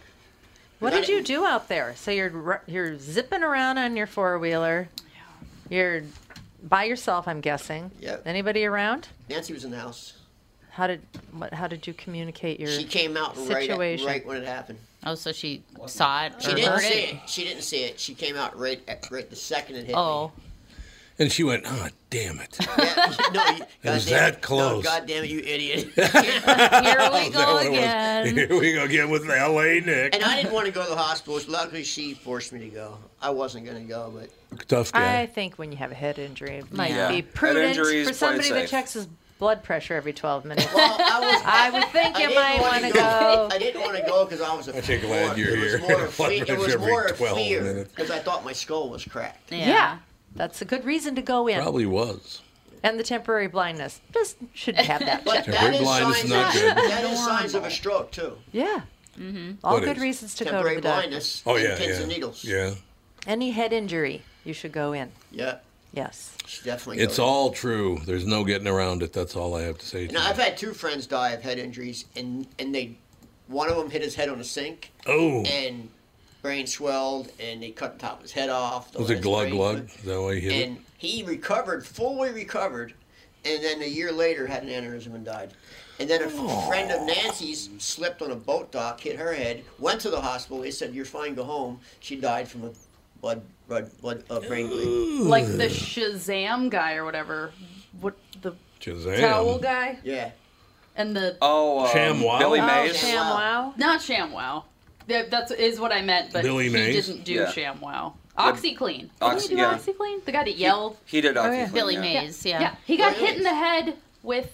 Speaker 5: What
Speaker 6: I
Speaker 5: did you
Speaker 6: didn't-
Speaker 5: do out there? So you're ru- you're zipping around on your four wheeler. You're by yourself, I'm guessing.
Speaker 6: Yep.
Speaker 5: Anybody around?
Speaker 6: Nancy was in the house.
Speaker 5: How did what? How did you communicate your?
Speaker 6: She came out right, at,
Speaker 5: Situation.
Speaker 6: right when it happened.
Speaker 10: oh, so she saw it or
Speaker 6: She didn't
Speaker 10: heard
Speaker 6: see
Speaker 10: it.
Speaker 6: it. She didn't see it. She came out right at, right the second it hit
Speaker 10: Oh,
Speaker 1: And she went, "Ah, damn it."
Speaker 6: me. Yeah, no, you,
Speaker 1: It was
Speaker 6: goddamn-
Speaker 1: that
Speaker 6: No,
Speaker 1: close.
Speaker 6: God damn it, you idiot!
Speaker 10: here we
Speaker 1: Is that
Speaker 10: go
Speaker 1: what it was?
Speaker 10: again.
Speaker 1: Here we go again with L.A. Nick.
Speaker 6: and I didn't want to go to the hospital. Luckily, she forced me to go. I wasn't going to go, but
Speaker 1: Tough guy.
Speaker 5: I think when you have a head injury, it might
Speaker 10: Yeah.
Speaker 5: be
Speaker 10: Head
Speaker 5: prudent
Speaker 4: injury is
Speaker 5: for
Speaker 4: quite
Speaker 5: somebody that
Speaker 4: safe.
Speaker 5: checks his blood pressure every 12 minutes.
Speaker 6: well, I was.
Speaker 5: I would think you
Speaker 6: didn't
Speaker 5: might
Speaker 6: wanna
Speaker 5: want to
Speaker 6: go.
Speaker 5: go.
Speaker 6: I didn't want to go because I was afraid.
Speaker 1: think glad you're
Speaker 6: it
Speaker 1: here.
Speaker 6: Was more of
Speaker 1: Blood
Speaker 6: fe- it
Speaker 1: pressure
Speaker 6: was
Speaker 1: every
Speaker 6: more of
Speaker 1: 12
Speaker 6: fear
Speaker 1: minutes.
Speaker 6: because I thought my skull was cracked.
Speaker 10: Yeah.
Speaker 5: Yeah. that's a good reason to go in.
Speaker 1: Probably was.
Speaker 5: And the temporary blindness just should have that.
Speaker 6: But
Speaker 5: checked.
Speaker 6: that
Speaker 1: Temporary
Speaker 6: is
Speaker 1: blindness
Speaker 6: signs.
Speaker 1: is not good.
Speaker 6: That is signs of a stroke too.
Speaker 5: yeah. All
Speaker 1: What
Speaker 5: good
Speaker 1: is?
Speaker 5: reasons to go to
Speaker 6: Temporary
Speaker 5: the doctor.
Speaker 6: blindness.
Speaker 1: Oh
Speaker 6: and
Speaker 1: yeah,
Speaker 6: Pins
Speaker 1: yeah.
Speaker 6: and needles.
Speaker 1: Yeah.
Speaker 5: Any head injury, you should go in.
Speaker 6: Yeah.
Speaker 5: Yes.
Speaker 6: She definitely.
Speaker 1: It's
Speaker 6: goes.
Speaker 1: all true. There's no getting around it. That's all I have to say. To
Speaker 6: Now,
Speaker 1: you.
Speaker 6: I've had two friends die of head injuries, and and they One of them hit his head on a sink.
Speaker 1: Oh.
Speaker 6: And brain swelled, and they cut the top of his head off. the
Speaker 1: Was it
Speaker 6: last
Speaker 1: glug
Speaker 6: brain
Speaker 1: glug? Is that why he hit
Speaker 6: and
Speaker 1: it?
Speaker 6: he recovered, fully recovered, and then a year later had an aneurysm and died. And then a f-
Speaker 1: Oh.
Speaker 6: friend of Nancy's slipped on a boat dock, hit her head, went to the hospital. They said, "You're fine, go home." She died from a blood, blood, blood, uh, brain bleed.
Speaker 3: Like the Shazam guy or whatever. What the
Speaker 1: Shazam.
Speaker 3: towel guy?
Speaker 6: Yeah.
Speaker 3: And the
Speaker 4: Oh, uh,
Speaker 1: ShamWow?
Speaker 4: Billy
Speaker 3: Oh,
Speaker 4: Mays.
Speaker 3: ShamWow. Not ShamWow. That that's, is what I meant, but
Speaker 4: Billy
Speaker 3: he
Speaker 4: Mays?
Speaker 3: didn't do
Speaker 4: Yeah.
Speaker 3: ShamWow. OxyClean.
Speaker 4: Oxy-
Speaker 3: did he do
Speaker 4: yeah.
Speaker 3: OxyClean? The guy that yelled.
Speaker 4: He did OxyClean,
Speaker 10: Billy
Speaker 4: Oh, yeah.
Speaker 10: Mays, yeah.
Speaker 3: Yeah, he got hit in the head with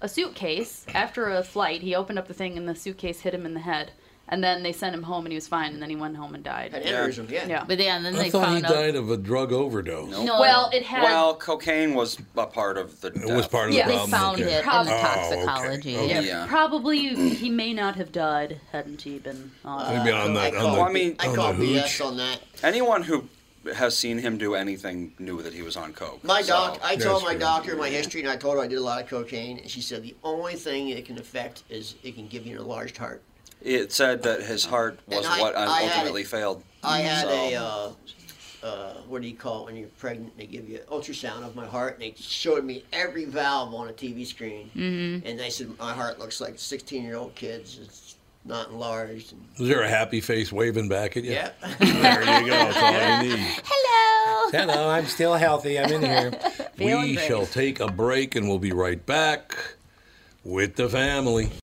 Speaker 3: a suitcase after a flight. He opened up the thing, and the suitcase hit him in the head. And then they sent him home, and he was fine. And then he went home and died.
Speaker 6: Had aneurysm, yeah.
Speaker 10: But yeah, and then
Speaker 1: I
Speaker 10: they
Speaker 1: thought he
Speaker 10: found out.
Speaker 1: died of a drug overdose.
Speaker 3: No. Well, it had-
Speaker 4: Well, cocaine was a part of the. It
Speaker 1: was part of the Yeah, they problem, found okay. it in the
Speaker 3: Prob-
Speaker 1: toxicology. okay. Okay.
Speaker 4: Oh, Yeah.
Speaker 3: Probably he may not have died hadn't he been.
Speaker 4: Uh,
Speaker 3: on-
Speaker 1: Maybe on that- on the-
Speaker 4: Well, I mean,
Speaker 1: I on call the BS hooch.
Speaker 6: on that.
Speaker 4: Anyone who has seen him do anything knew that he was on coke.
Speaker 6: My
Speaker 4: so-
Speaker 6: doc, I told my doctor my history, and I told her I did a lot of cocaine, and she said the only thing it can affect is it can give you an enlarged heart.
Speaker 4: It said that his heart was
Speaker 6: And I-
Speaker 4: what
Speaker 6: I had
Speaker 4: ultimately
Speaker 6: it.
Speaker 4: failed.
Speaker 6: I had
Speaker 4: so-
Speaker 6: a uh, uh, what do you call it when you're pregnant? They give you an ultrasound of my heart, and they showed me every valve on a TV screen,
Speaker 1: Mhm.
Speaker 6: and they said my heart looks like 16 year old kids. It's not enlarged. And
Speaker 1: Was there a happy face waving back at you?
Speaker 6: Yep.
Speaker 1: there you go. That's all you need.
Speaker 10: Hello.
Speaker 1: Hello, I'm still healthy. I'm in here.
Speaker 10: Feeling
Speaker 1: we
Speaker 10: great.
Speaker 1: shall take a break and we'll be right back with the family.